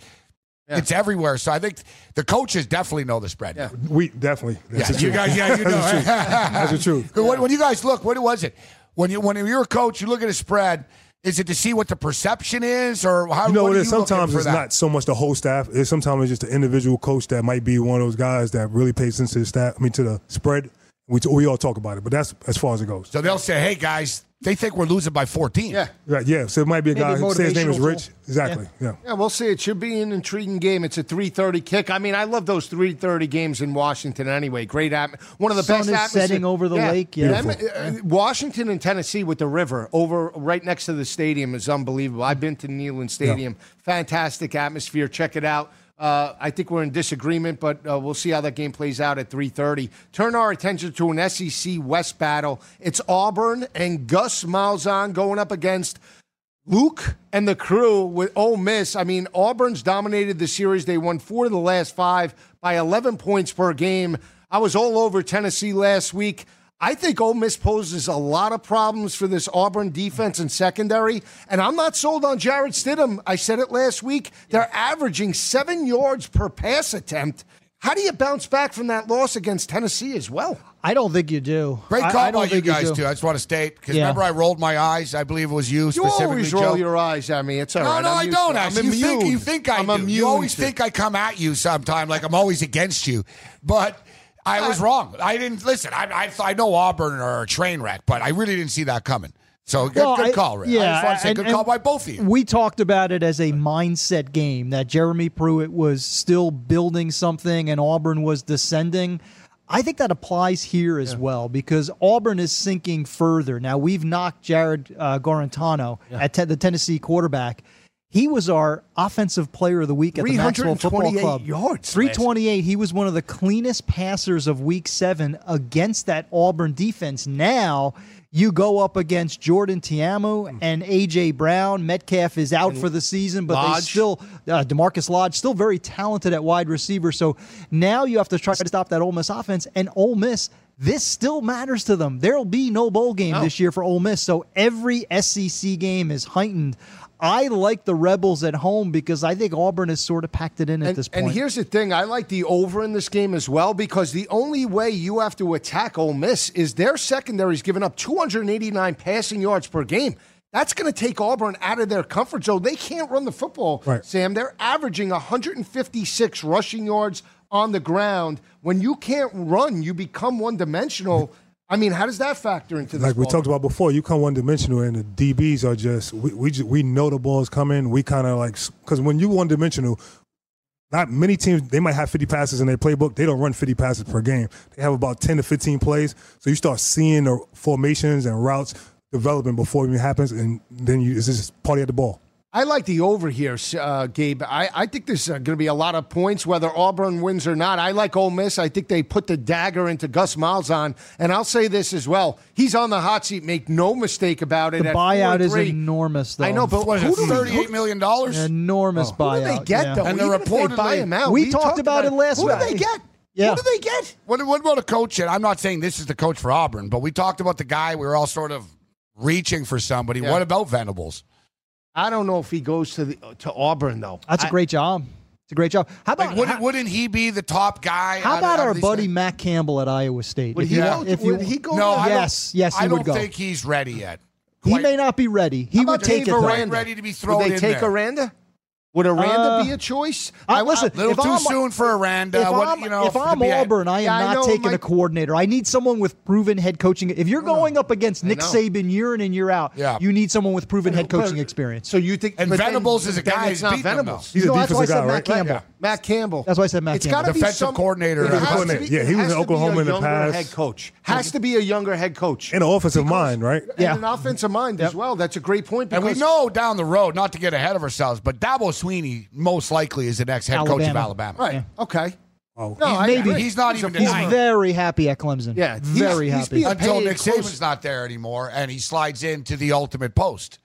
F: it's everywhere. So I think the coaches definitely know the spread. now.
C: We definitely. That's
F: Yeah,
C: the
F: you
C: truth.
F: guys, yeah, you know.
C: That's the truth. That's the truth.
F: When, when you guys look, what was it? When you when you're a coach, you look at a spread. Is it to see what the perception is, or how?
C: You know,
F: what
C: what
F: are
C: it is.
F: looking
C: Sometimes
F: for
C: it's
F: that?
C: not so much the whole staff. It's sometimes it's just the individual coach that might be one of those guys that really pays attention to the staff. I mean, to the spread. We, we all talk about it, but that's as far as it goes.
F: So they'll say, "Hey guys, they think we're losing by 14."
D: Yeah.
C: Right? Yeah. So it might be a
E: Maybe
C: guy. Say his name is
E: motivational
C: Rich.
E: tool.
C: Exactly. Yeah.
D: Yeah, we'll see. It should be an intriguing game. It's a 3:30 kick. I mean, I love those 3:30 games in Washington anyway. Great atm- one of the
E: Sun
D: best
E: is
D: atmosphere-
E: setting over the lake, yeah.
D: Them- uh, Washington and Tennessee with the river over right next to the stadium is unbelievable. I've been to Neyland Stadium. Fantastic atmosphere. Check it out. Uh, I think we're in disagreement, but uh, we'll see how that game plays out at 3:30. Turn our attention to an SEC West battle. It's Auburn and Gus Malzahn going up against Luke and the crew with Ole Miss. I mean, Auburn's dominated the series. They won four of the last five by 11 points per game. I was all over Tennessee last week. I think Ole Miss poses a lot of problems for this Auburn defense and secondary. And I'm not sold on Jared Stidham. I said it last week. They're averaging seven yards per pass attempt. How do you bounce back from that loss against Tennessee as well?
E: I don't think you do.
F: Great
E: I-
F: call
E: I, don't
F: by you
E: think
F: guys
E: do.
F: too. I just want to state because
E: Yeah.
F: remember I rolled my eyes. I believe it was you,
D: You
F: specifically.
D: always roll
F: Joe.
D: your eyes at me. It's all
F: no,
D: right.
F: no,
D: I'm
F: I
D: used
F: don't.
D: to it.
F: Actually,
D: I'm
F: you think
D: immune.
F: you think I
D: I'm
F: do.
D: immune
F: You always
D: to it.
F: think I come at you sometime like I'm always against you, but I was wrong. I didn't listen. I I, I know Auburn are a train wreck, but I really didn't see that coming. So good,
E: Well,
F: good
E: I-
F: call, Rick. I
E: yeah,
F: just want to say
E: and-
F: good
E: and
F: call by both of you.
E: We talked about it as a mindset game that Jeremy Pruitt was still building something and Auburn was descending. I think that applies here as well because Auburn is sinking further. Now we've knocked Jared uh, Garantano at te- the Tennessee quarterback. He was our offensive player of the week at the Maxwell Football
D: 328
E: Club.
D: yards.
E: 328. He was one of the cleanest passers of week seven against that Auburn defense. Now you go up against Jordan
D: Hmm.
E: Tiamu and A.J. Brown. Metcalf is out for the season, but they
D: Lodge.
E: still, uh, Demarcus Lodge, still very talented at wide receiver. So now you have to try to stop that Ole Miss offense. And Ole Miss, this still matters to them. There'll be no bowl game this year for Ole Miss. So every SEC game is heightened. I like the Rebels at home because I think Auburn has sort of packed it in at
D: and,
E: this
D: and
E: point.
D: here's the thing: I like the over in this game as well because the only way you have to attack Ole Miss is their secondary's giving up 289 passing yards per game. That's going to take Auburn out of their comfort zone. They can't run the football,
C: Right.
D: Sam. They're averaging 156 rushing yards on the ground. When you can't run, you become one dimensional. I mean, how does that factor into this?
C: Like we
D: ball?
C: talked about before, you come one dimensional, and the DBs are just we we, ju- we know the ball's coming. We kind of like because when you one dimensional, not many teams they might have 50 passes in their playbook. They don't run 50 passes per game. They have about 10 to 15 plays. So you start seeing the formations and routes developing before it even happens, and then you it's just party at the ball.
D: I like the over here, uh, Gabe. I, I think there's going to be a lot of points, whether Auburn wins or not. I like Ole Miss. I think they put the dagger into Gus Malzahn. And I'll say this as well. He's on the hot seat. Make no mistake about it.
E: The
D: At
E: buyout is
D: 4-3.
E: enormous, though.
D: I know, but
F: What is
D: who
F: it,
D: do they, who,
F: thirty-eight million dollars?
E: enormous
D: who
E: buyout.
D: do they get,
E: yeah.
D: though?
F: And they're
D: Even if they
F: reported
D: buy
F: like-
D: him out.
E: We talked about it last
D: Who do
E: week.
D: they get?
E: Yeah.
D: Who do they get?
F: What, what about a coach? And I'm not saying this is the coach for Auburn, but we talked about the guy. We were all sort of reaching for somebody.
D: Yeah.
F: What about Venables?
D: I don't know if he goes to the, to Auburn, though.
E: That's a
D: I-
E: great job. It's a great job. How about
F: Like, wouldn't, wouldn't he be the top guy?
E: how
F: out of-
E: about
F: out of
E: our
F: these
E: buddy
F: guys?
E: Matt Campbell at Iowa State?
D: Would
E: If
D: he
E: you-
D: go?
E: if you-
D: Would he go?
F: No, I don't-
E: yes, yes, he
F: I
E: would
F: don't
E: go.
F: think he's ready yet.
E: he
F: Quite-
E: may not be ready. He
D: How
E: would
D: about
E: take
D: Dave
E: it. though.
D: Aranda?
F: ready to be
D: Would
F: thrown
D: they
F: in
D: take
F: there.
D: Aranda? Would Aranda
E: Uh,
D: be a choice?
E: I- listen,
F: Little
E: If
F: too
E: I'm-
F: soon for Aranda.
E: if
F: What-
E: I'm,
F: you know,
E: if
F: to
E: I'm
F: be a-
E: Auburn, I am
D: Yeah, I
E: not
D: know,
E: taking a
D: Mike.
E: coordinator. I need someone with proven head coaching. If you're going up against Nick
D: know.
E: Saban year in and year out,
F: Yeah.
E: you need someone with proven head
D: But-
E: coaching experience.
D: So you think?
F: And
D: but then-
F: Venables is a
D: then
F: guy
D: It's
F: who's
D: not
F: beaten them,
D: Venables.
C: He's a
E: No, that's why I
C: defensive
E: said
C: guy,
E: Matt
C: right?
E: Campbell.
D: Matt Campbell.
E: That's why I said Matt
D: It's
E: Campbell.
D: gotta be
F: Defensive
D: some-
F: coordinator.
D: It
F: Defensive
D: has to
C: coordinator.
D: be-
C: Yeah, he
D: it
C: was
D: has
C: in
D: to be a
C: Oklahoma in the
D: younger
C: past.
D: Head coach has to be a younger head coach.
C: And an offensive mind, right?
E: Yeah.
D: and an offensive mind as well. That's a great point.
F: And we
D: because-
F: know down the road, not to get ahead of ourselves, but Dabo Sweeney most likely is the next head coach of
E: Alabama.
F: Alabama.
D: right? Okay.
C: Oh.
D: No, I-
E: maybe-
D: I-
F: He's not even
D: a
E: He's
F: denying it.
E: very happy at Clemson.
D: Yeah, he's-
E: very
D: he's
E: happy.
D: being-
F: Until
D: paid
F: Nick
D: close-
F: Saban's not there anymore, and he slides into the ultimate post.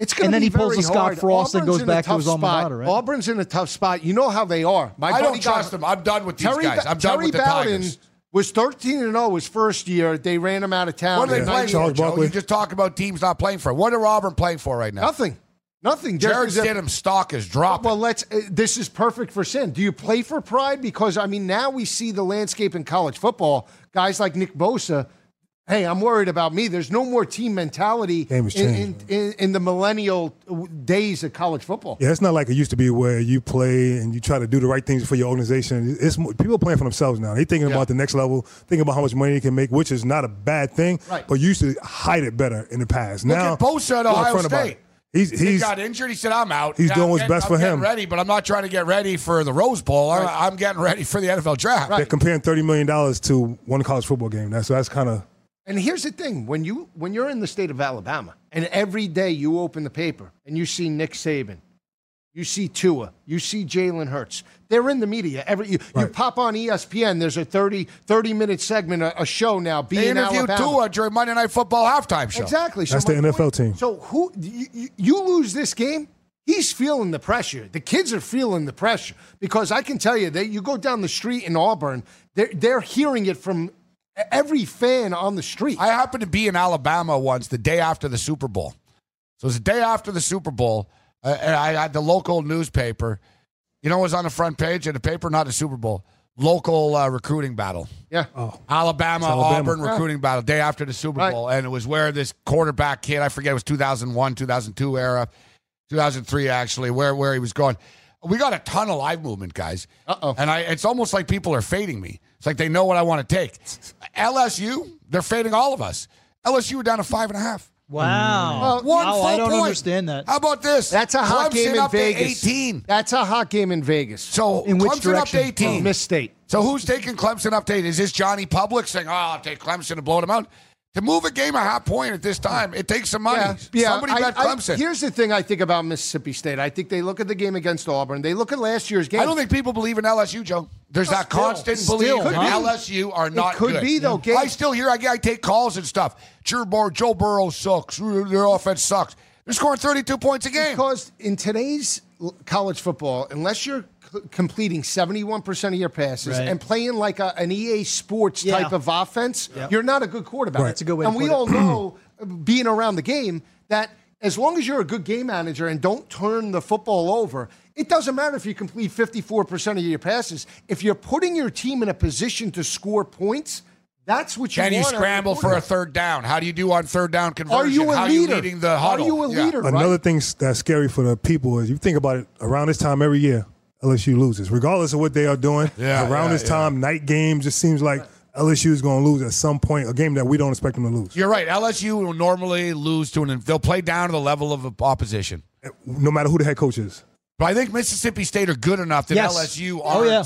D: It's going
E: And
D: to
E: then
D: be
E: he pulls
D: very
E: a Scott
D: hard.
E: Frost and
D: Auburn's
E: goes
D: in a
E: back to
D: tough
E: his alma
D: spot.
E: mater, right?
D: Auburn's in a tough spot. You know how they are. My
F: I
D: buddy
F: don't
D: got-
F: trust him. I'm done with these
D: Terry,
F: guys.
D: Ba-
F: I'm done
D: Terry
F: with the
D: Bowden
F: Tigers.
D: was 13 and 0 his first year. They ran him out of town.
F: What are they
D: Yeah.
F: playing
C: Charles
F: for, Joe?
C: Barkley.
F: You just talk about teams not playing for. What are Auburn playing for right now?
D: Nothing. Nothing. Just-
F: Jared
D: just-
F: Stidham's stock is dropping.
D: Well, let's. Uh, this is perfect for sin. Do you play for pride? Because I mean, now we see the landscape in college football. Guys like Nick Bosa. Hey, I'm worried about me. There's no more team mentality
C: Game has
D: in, in,
C: changed,
D: in, in the millennial w- days of college football.
C: Yeah, it's not like it used to be where you play and you try to do the right things for your organization. It's mo- people are playing for themselves now. They thinking about the next level, thinking about how much money they can make, which is not a bad thing.
D: Right.
C: But you used to hide it better in the past.
F: Look
C: now
F: at Bosa at
C: we're
F: Ohio
C: upfront about
F: State.
C: it. He's
F: he
C: he's
F: got injured. He said, "I'm out."
C: he's
F: Yeah,
C: doing
F: I'm
C: what's
F: getting-
C: best
F: I'm
C: for
F: getting
C: him.
F: Ready, but I'm not trying to get ready for the Rose Bowl. I'm, I'm getting ready for the NFL draft.
C: they're comparing thirty million dollars to one college football game. That's so that's kind of
D: And here's the thing: when you when you're in the state of Alabama, and every day you open the paper and you see Nick Saban, you see Tua, you see Jalen Hurts. They're in the media every. You, you
C: Right.
D: pop on E ESPN. There's a 30, 30 minute segment, a, a show now. Be
F: They
D: in
F: interviewed
D: Alabama.
F: Tua during Monday Night Football halftime show.
D: Exactly.
C: That's
D: my
C: the NFL team.
D: So who you, you- you lose this game? He's feeling the pressure. The kids are feeling the pressure because I can tell you that you go down the street in Auburn, they're they're hearing it from every fan on the street.
F: I happened to be in Alabama once the day after the Super Bowl. So it was the day after the Super Bowl, uh, and I had the local newspaper. You know what was on the front page of the paper? Not the Super Bowl. Local uh, recruiting battle.
D: yeah.
F: Alabama,
C: It's Alabama.
F: Auburn recruiting battle day after the Super
D: Right.
F: Bowl, and it was where this quarterback kid I forget it was 2001, 2002 era, 2003 actually, where where he was going. We got a ton of live movement, guys. Uh
D: Uh-oh.
F: And I, it's almost like people are fading me. It's like they know what I want to take. LSU, they're fading all of us. LSU were down to five and a half.
E: wow.
F: One
E: Wow,
F: full
E: I don't
F: point.
E: understand that.
F: How about this?
D: That's a hot
F: Clemson
D: game in
F: up to
D: Vegas.
F: 18.
D: That's a hot game in Vegas. Oh.
F: So
E: In which
F: Clemson
E: direction?
F: up to 18.
D: Miss State.
F: So who's taking Clemson update? Is this Johnny Public saying, "Oh, I'll take Clemson and blow them out"? To move a game a hot point at this time, it takes some money. Somebody
D: I-
F: bet
D: I-
F: Clemson.
D: here's the thing I think about Mississippi State. I think they look at the game against Auburn. They look at last year's game.
F: I don't think people believe in LSU, Joe. There's that
D: Still,
F: constant
D: still,
F: belief
D: could
F: that
D: be.
F: LSU are not
D: could
F: good.
D: be, though, Gabe.
F: I still hear I, I take calls and stuff. Sure, Bur- Joe Burrow sucks. Their offense sucks. They're scoring 32 points a game.
D: Because in today's l- college football, unless you're c- completing 71% of your passes
E: Right.
D: and playing like a, an EA Sports
E: Yeah.
D: type of offense,
E: Yep.
D: you're not a good quarterback.
E: That's a good way to
D: And we
E: put it.
D: all know, uh, being around the game, that as long as you're a good game manager and don't turn the football over, it doesn't matter if you complete 54% of your passes. If you're putting your team in a position to score points, that's what you
F: Can you
D: want out of your
F: scramble for a
D: quarterback.
F: third down? How do you do on third down
D: Are
F: conversion?
D: you a leader?
F: How Are you leading the
D: Are
F: huddle?
D: you a
F: Yeah.
D: leader? right?
C: Another thing s- that's scary for the people is you think about it around this time every year, LSU loses, regardless of what they are doing.
F: Yeah,
C: around
F: yeah,
C: this
F: yeah.
C: time, night games, it seems like LSU is going to lose at some point, a game that we don't expect them to lose,
F: You're right. LSU will normally lose to an. They'll play down to the level of opposition.
C: no matter who the head coach is.
F: But I think Mississippi State are good enough that
E: Yes.
F: LSU
E: Oh,
F: aren't.
E: yeah.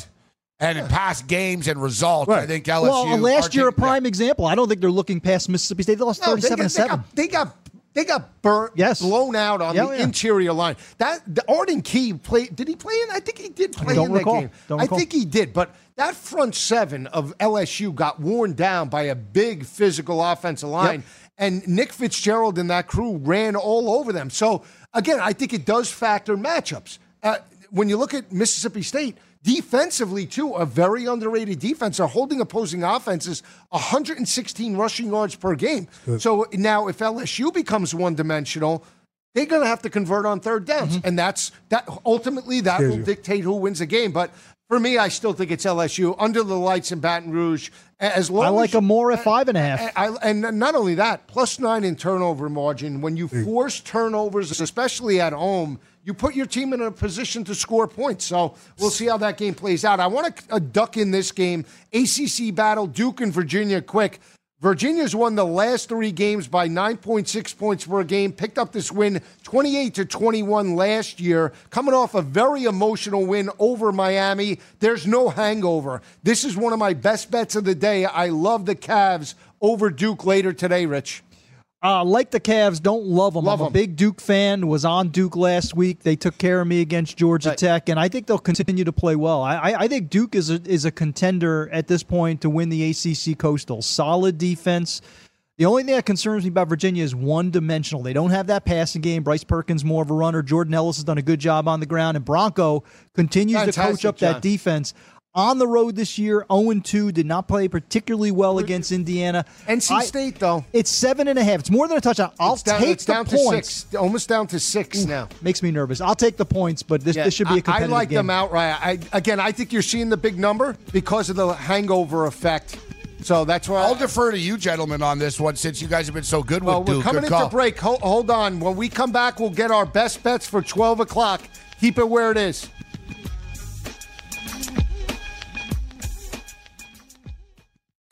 F: And in past games and results, I
C: Right.
F: think LSU.
E: well, uh,
F: are
E: last year a
F: taking-
E: prime example. I don't think they're looking past Mississippi State. They lost
D: No,
E: thirty-seven to
D: they
E: seven.
D: got, they got they got burnt,
E: Yes.
D: blown out on
E: Yeah,
D: the
E: yeah.
D: interior line. That the Arden Key played. Did he play in? I think he did play
E: don't
D: in
E: recall.
D: that game.
E: Don't
D: I
E: recall.
D: think he did. But that front seven of LSU got worn down by a big physical offensive line, and Nick Fitzgerald and that crew ran all over them. So again, I think it does factor matchups. Uh, when you look at Mississippi State. Defensively, too, a very underrated defense are holding opposing offenses 116 rushing yards per game. So now, if LSU becomes one dimensional, They're going to have to convert on third downs,
E: Mm-hmm.
D: and that's that. Ultimately, that
C: Gives
D: will
C: you.
D: dictate who wins the game. But for me, I still think it's LSU under the lights in Baton Rouge. A- As long
E: I like
D: as you-
E: them more at five and a half.
D: and, I, and not only that, plus nine in turnover margin. When you force turnovers, especially at home, you put your team in a position to score points. So we'll see how that game plays out. I want to uh, duck in this game. ACC battle, Duke and Virginia quick. Virginia's won the last three games by 9.6 points per game. Picked up this win 28 to 21 last year, coming off a very emotional win over Miami. There's no hangover. This is one of my best bets of the day. I love the Cavs over Duke later today, Rich.
E: Uh, like the Cavs, don't love them.
D: Love
E: I'm
D: 'em.
E: a big Duke fan. Was on Duke last week. They took care of me against Georgia
D: Right.
E: Tech, and I think they'll continue to play well. I, I, I think Duke is a, is a contender at this point to win the ACC Coastal. Solid defense. The only thing that concerns me about Virginia is one dimensional. They don't have that passing game. Bryce Perkins more of a runner. Jordan Ellis has done a good job on the ground, and Bronco continues to coach
D: Fantastic
E: up
D: job.
E: that defense. On the road this year, 0 2 did not play particularly well against Indiana.
D: NC
E: I-
D: State, though.
E: it's seven and a half. It's more than a touchdown. I'll
D: It's down,
E: take
D: it's
E: the
D: down
E: points.
D: to six, almost down to six now.
E: Makes me nervous. I'll take the points, but this,
D: Yeah,
E: this should be
D: I-
E: a competitive
D: I like
E: game.
D: them outright. I, again, I think you're seeing the big number because of the hangover effect. So that's why
F: I'll defer to you, gentlemen, on this one since you guys have been so good with
D: Well,
F: Duke.
D: we're coming
F: Good
D: into
F: call.
D: break. Hold, hold on. When we come back, we'll get our best bets for 12 o'clock. Keep it where it is.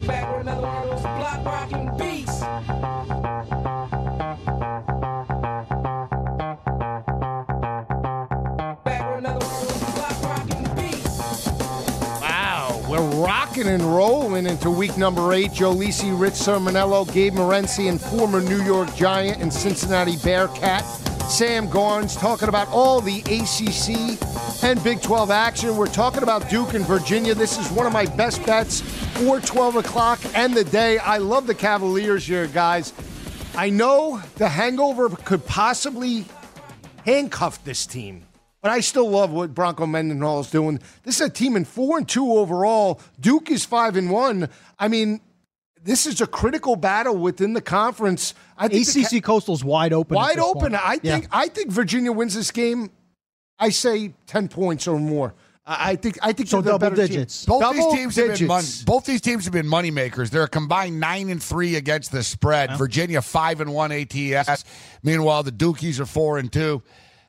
G: block rocking beats.
D: Wow. We're rocking and rolling into week number eight. Joe Lisi, Rich Sermonello, Gabe Morency, and former New York Giant and Cincinnati Bearcat, Sam Garnes, talking about all the ACC and Big 12 action. We're talking about Duke and Virginia. This is one of my best bets for 12 o'clock and the day. I love the Cavaliers here, guys. I know the hangover could possibly handcuff this team. But I still love what Bronco Mendenhall is doing. This is a team in four and two overall. Duke is five and one. I mean, this is a critical battle within the conference. I think the
E: ACC Coastal's wide
D: Ca-
E: open. at
D: wide
E: this
D: open.
E: point.
D: I
E: Yeah.
D: think I think Virginia wins this game. I say ten points or more. I I think I think
E: So
D: they're the
E: double
D: better team.
E: digits.
F: Both
D: Double
F: these teams have been mon-
D: digits.
F: both these teams have been moneymakers. They're a combined nine and three against the spread. Virginia five and one ATS. Meanwhile, the Dukies are four and two.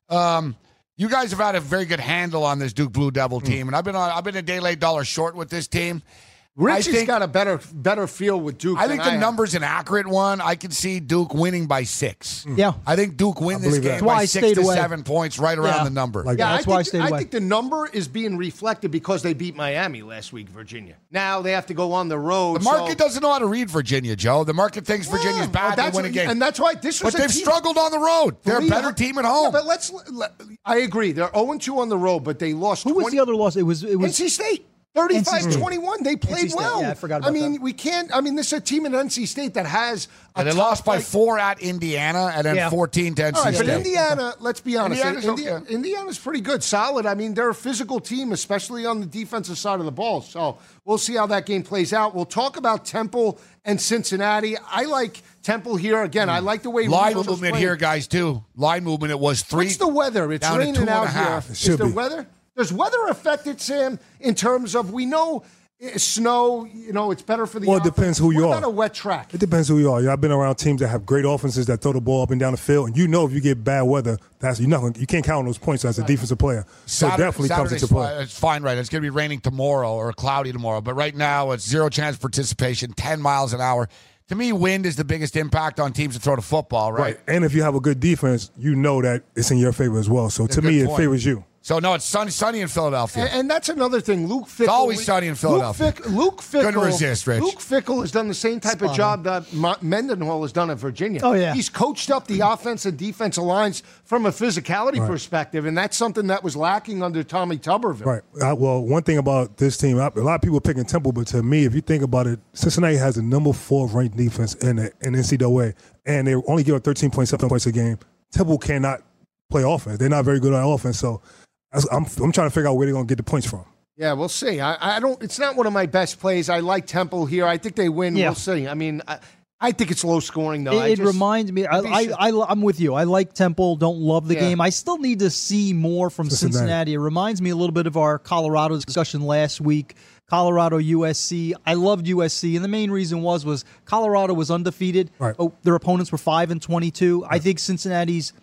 F: Um, you guys have had a very good handle on this Duke Blue Devil
D: Hmm.
F: team, and I've been on, I've been a day late dollar short with this team. I
D: Rich has
F: think-
D: got a better better feel with Duke.
F: I
D: than
F: think the
D: have.
F: number's an accurate one. I can see Duke winning by six.
D: Hmm.
E: Yeah.
F: I think Duke win this
C: believe that.
F: game
C: That's
E: why I
F: by six
E: stayed
F: to
E: away.
F: seven points, right around
E: Yeah.
F: the number.
C: Like-
E: Yeah,
D: I
E: that's why I
D: think-
E: stayed
D: I
E: away.
D: think the number is being reflected because they beat Miami last week, Virginia. Now they have to go on the road.
F: the market
D: so-
F: doesn't know how to read Virginia, Joe. The market thinks
D: Yeah,
F: Virginia's bad.
D: that's
F: They win a
D: what-
F: game,
D: and that's why this was
F: But
D: a
F: they've
D: team-
F: struggled on the road. They're a better team at home.
D: Yeah, but let's. Let, I agree. They're zero two on the road, but they lost.
E: Who was
D: 20
E: the other loss? It was it was
D: NC State. 35-21. They
E: NC
D: played
E: State,
D: well.
E: yeah, I forgot about
D: I mean,
E: that.
D: we can't. I mean, this is a team in NC State that has. A
F: And they
D: tough
F: lost by
D: fight.
F: four at Indiana and then
E: Yeah.
F: 14 to NC
D: All right,
F: State.
D: but Indiana, let's be honest,
F: Indiana's
D: Indi-
F: okay.
D: Indiana's pretty good, solid. I mean, they're a physical team, especially on the defensive side of the ball. So we'll see how that game plays out. We'll talk about Temple and Cincinnati. I like Temple here again.
C: Hmm.
D: I like the way
F: Line
D: Rivers was
F: movement
D: playing.
F: here, guys, too. Line movement, it was three.
D: What's the weather? It's
F: down to two
D: raining
F: and
D: out
F: a
D: here.
F: half. It
D: Is
C: should
D: the
C: be.
D: weather? Does weather affect it, Sam? In terms of we know eh, snow, you know, it's better for the.
C: Well, it depends who you
D: what
C: are.
D: About a wet track.
C: It depends who you are. Yeah, I've been around teams that have great offenses that throw the ball up and down the field, and you know if you get bad weather, that's you're not gonna, you can't count on those points as a defensive player. So
F: Saturday-
C: it definitely
F: Saturday's
C: comes into
F: fi-
C: play.
F: It's fine, right? It's going to be raining tomorrow or cloudy tomorrow. But right now, it's zero chance participation, 10 miles an hour. To me, wind is the biggest impact on teams that throw the football, right?
C: And if you have a good defense, you know that it's in your favor as well. So to
F: good
C: me,
F: point.
C: it favors you.
F: So no, it's sunny, sunny in Philadelphia.
D: And, and that's another thing. Luke Fickle.
F: always sunny in Philadelphia.
D: Luke, Fick, Luke Fickle.
F: Couldn't resist, Rich.
D: Luke Fickle has done the same type of job that Ma- Mendenhall has done at Virginia.
E: Oh, yeah.
D: He's coached up the offense and defensive lines from a physicality perspective, and that's something that was lacking under Tommy Tuberville.
C: Right. I, well, one thing about this team, I, a lot of people picking Temple, but to me, if you think about it, Cincinnati has the number four ranked defense in the in NCAA, and they only give up thirteen point seven points a game. Temple cannot play offense; they're not very good on offense. So, that's- I'm I'm trying to figure out where they're going to get the points from.
D: Yeah, we'll see. I, I don't. It's not one of my best plays. I like Temple here. I think they win.
E: Yeah.
D: We'll see. I mean, I, I think it's low scoring though. I
E: It, it
D: just-
E: reminds me. I,
D: be
E: I,
D: sure-
E: I, am with you. I like Temple. Don't love the
D: Yeah.
E: game. I still need to see more from Cincinnati.
C: Cincinnati.
E: It reminds me a little bit of our Colorado discussion last week. Colorado USC. I loved USC, and the main reason was was Colorado was undefeated.
C: Right.
E: But their opponents were five and twenty two. I think Cincinnati's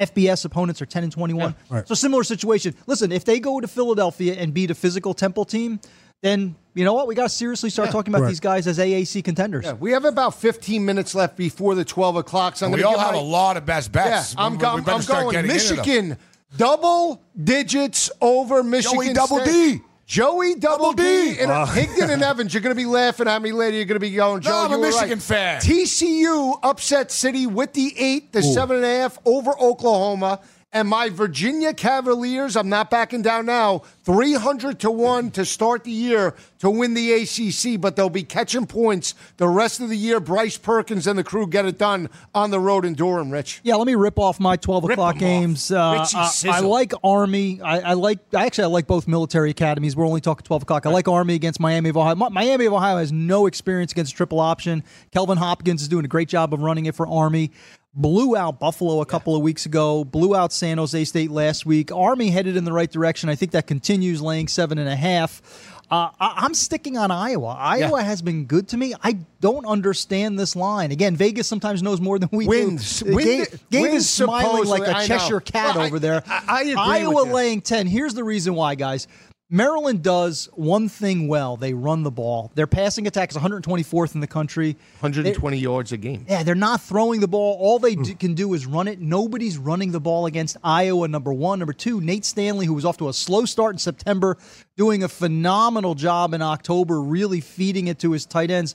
E: FBS opponents are 10 and 21.
C: Right.
E: So similar situation. Listen, if they go to Philadelphia and beat a physical Temple team, then you know what? We got to seriously start talking about
C: Right.
E: these guys as AAC contenders.
D: Yeah, we have about 15 minutes left before the 12 o'clock. So I'm
F: we
D: gonna
F: all
D: give
F: have
D: my-
F: a lot of best
D: Yeah,
F: bets.
D: I'm,
F: We- we
D: go-
F: better
D: I'm
F: start
D: going
F: getting into them.
D: Michigan. Double digits over Michigan.
F: Double
D: State.
F: D.
D: Joey Double,
F: Double D. Uh.
D: D. And
C: Wow.
D: Higdon and Evans, you're going to be laughing at me later. You're going to be yelling, Joe,
F: I'm a
D: you were right.
F: Michigan fan.
D: TCU upset City with the eight, the seven and a half over Oklahoma. And my Virginia Cavaliers, I'm not backing down now, 300 to 1 to start the year to win the ACC, but they'll be catching points the rest of the year. Bryce Perkins and the crew get it done on the road in Durham, Rich.
E: Yeah, let me rip off my twelve o'clock
D: them
E: games.
D: off.
E: Uh,
D: Richie
E: I, I
D: Sizzle.
E: like Army. I, I like actually I like both military academies. We're only talking twelve o'clock. I like Army against Miami of Ohio. Mi- Miami of Ohio has no experience against triple option. Kelvin Hopkins is doing a great job of running it for Army. Blew out Buffalo a couple of weeks ago. Blew out San Jose State last week. Army headed in the right direction. I think that continues, laying seven and a half. Uh, I, I'm sticking on Iowa. Iowa has been good to me. I don't understand this line. Again, Vegas sometimes knows more than we
D: Wins.
E: do. Uh,
D: Win-
E: Gabe, Gabe
D: wins
E: is smiling like
D: supposedly.
E: a
D: I know.
E: Cheshire cat
D: Well, I-
E: over there.
D: I- I agree with
E: Iowa
D: you.
E: laying 10. Here's the reason why, guys. Maryland does one thing well. They run the ball. Their passing attack is 124th in the country.
D: 120 yards a game.
E: Yeah, they're not throwing the ball. All they do, can do is run it. Nobody's running the ball against Iowa, number one. Number two, Nate Stanley, who was off to a slow start in September, doing a phenomenal job in October, really feeding it to his tight ends.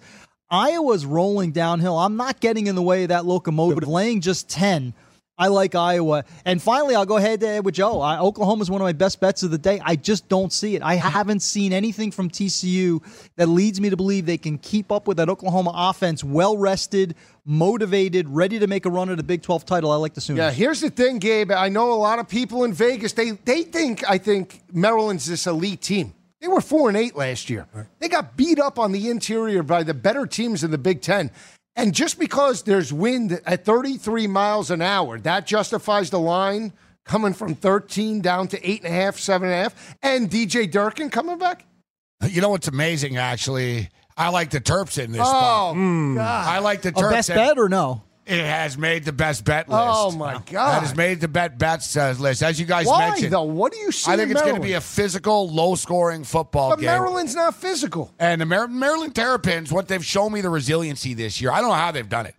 E: Iowa's rolling downhill. I'm not getting in the way of that locomotive, laying just 10. I like Iowa. And finally, I'll go ahead uh, with Joe. I, Oklahoma's one of my best bets of the day. I just don't see it. I
F: Mm-hmm.
E: haven't seen anything from TCU that leads me to believe they can keep up with that Oklahoma offense, well rested, motivated, ready to make a run at a Big 12 title. I like the Sooners.
D: Yeah, here's the thing, Gabe. I know a lot of people in Vegas. They they think I think Maryland's this elite team. They were four and eight last year. They got beat up on the interior by the better teams in the Big Ten. And just because there's wind at 33 miles an hour, that justifies the line coming from 13 down to eight and a half, seven and a half, and DJ Durkin coming back.
F: You know what's amazing? Actually, I like the Terps in this. spot. Hmm.
D: Oh, God.
F: I like the
E: a
F: Terps.
E: best
F: and
E: bet or no?
F: It has made the best bet list.
D: Oh, my
F: That
D: God.
F: has made the bet bets uh, list, as you guys
D: Why
F: mentioned.
D: though? What do you see?
F: I think
D: in
F: it's going to
D: Maryland?
F: be a physical, low-scoring football
D: But
F: game.
D: Maryland's not physical.
F: And the Mar- Maryland Terrapins, what they've shown me the resiliency this year. I don't know how they've done it.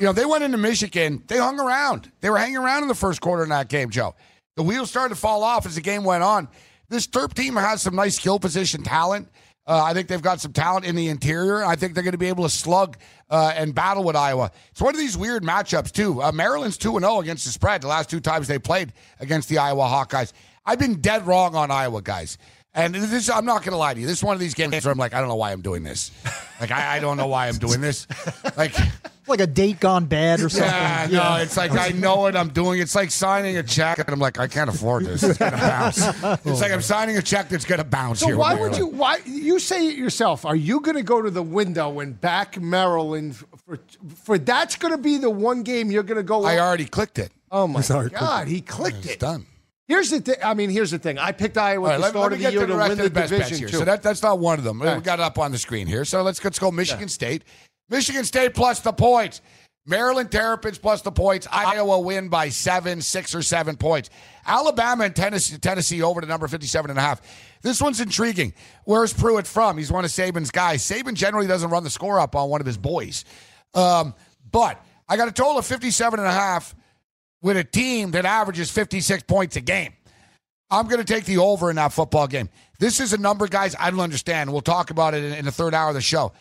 F: You know, they went into Michigan, they hung around. They were hanging around in the first quarter in that game, Joe. The wheels started to fall off as the game went on. This Terp team has some nice skill position talent. Uh, I think they've got some talent in the interior. I think they're going to be able to slug uh, and battle with Iowa. It's one of these weird matchups, too. Uh, Maryland's 2 0 against the spread the last two times they played against the Iowa Hawkeyes. I've been dead wrong on Iowa, guys. And this, I'm not going to lie to you. This is one of these games where I'm like, I don't know why I'm doing this. Like, I, I don't know why I'm doing this. Like,
E: Like a date gone bad or something.
F: yeah, no, it's like I know it. I'm doing. It's like signing a check, and I'm like, I can't afford this. It's going to bounce. It's like I'm signing a check that's going to bounce.
D: So
F: here
D: why
F: with
D: would you?
F: Maryland.
D: Why you say it yourself? Are you going to go to the window and back Maryland for for that's going to be the one game you're going to go?
F: I already clicked it.
D: oh my
C: Sorry, click
D: God,
C: it.
D: he clicked
F: It's
D: it.
F: done.
D: Here's the thing. I mean, here's the thing. I picked Iowa
F: All
D: at
F: right,
D: the
F: let,
D: start
F: let me
D: of the
F: get
D: year
F: to
D: to
F: the
D: win
F: rest of
D: the,
F: the best bets
D: division
F: here.
D: too.
F: So that, that's not one of them.
D: right.
F: We got up on the screen here. So let's let's go Michigan State. Michigan State plus the points. Maryland Terrapins plus the points. Iowa win by seven, six or seven points. Alabama and Tennessee, Tennessee over to number 57 and a half. This one's intriguing. Where's Pruitt from? He's one of Saban's guys. Saban generally doesn't run the score up on one of his boys. Um, but I got a total of 57 and a half with a team that averages 56 points a game. I'm going to take the over in that football game. This is a number, guys. I don't understand. We'll talk about it in, in the third hour of the show.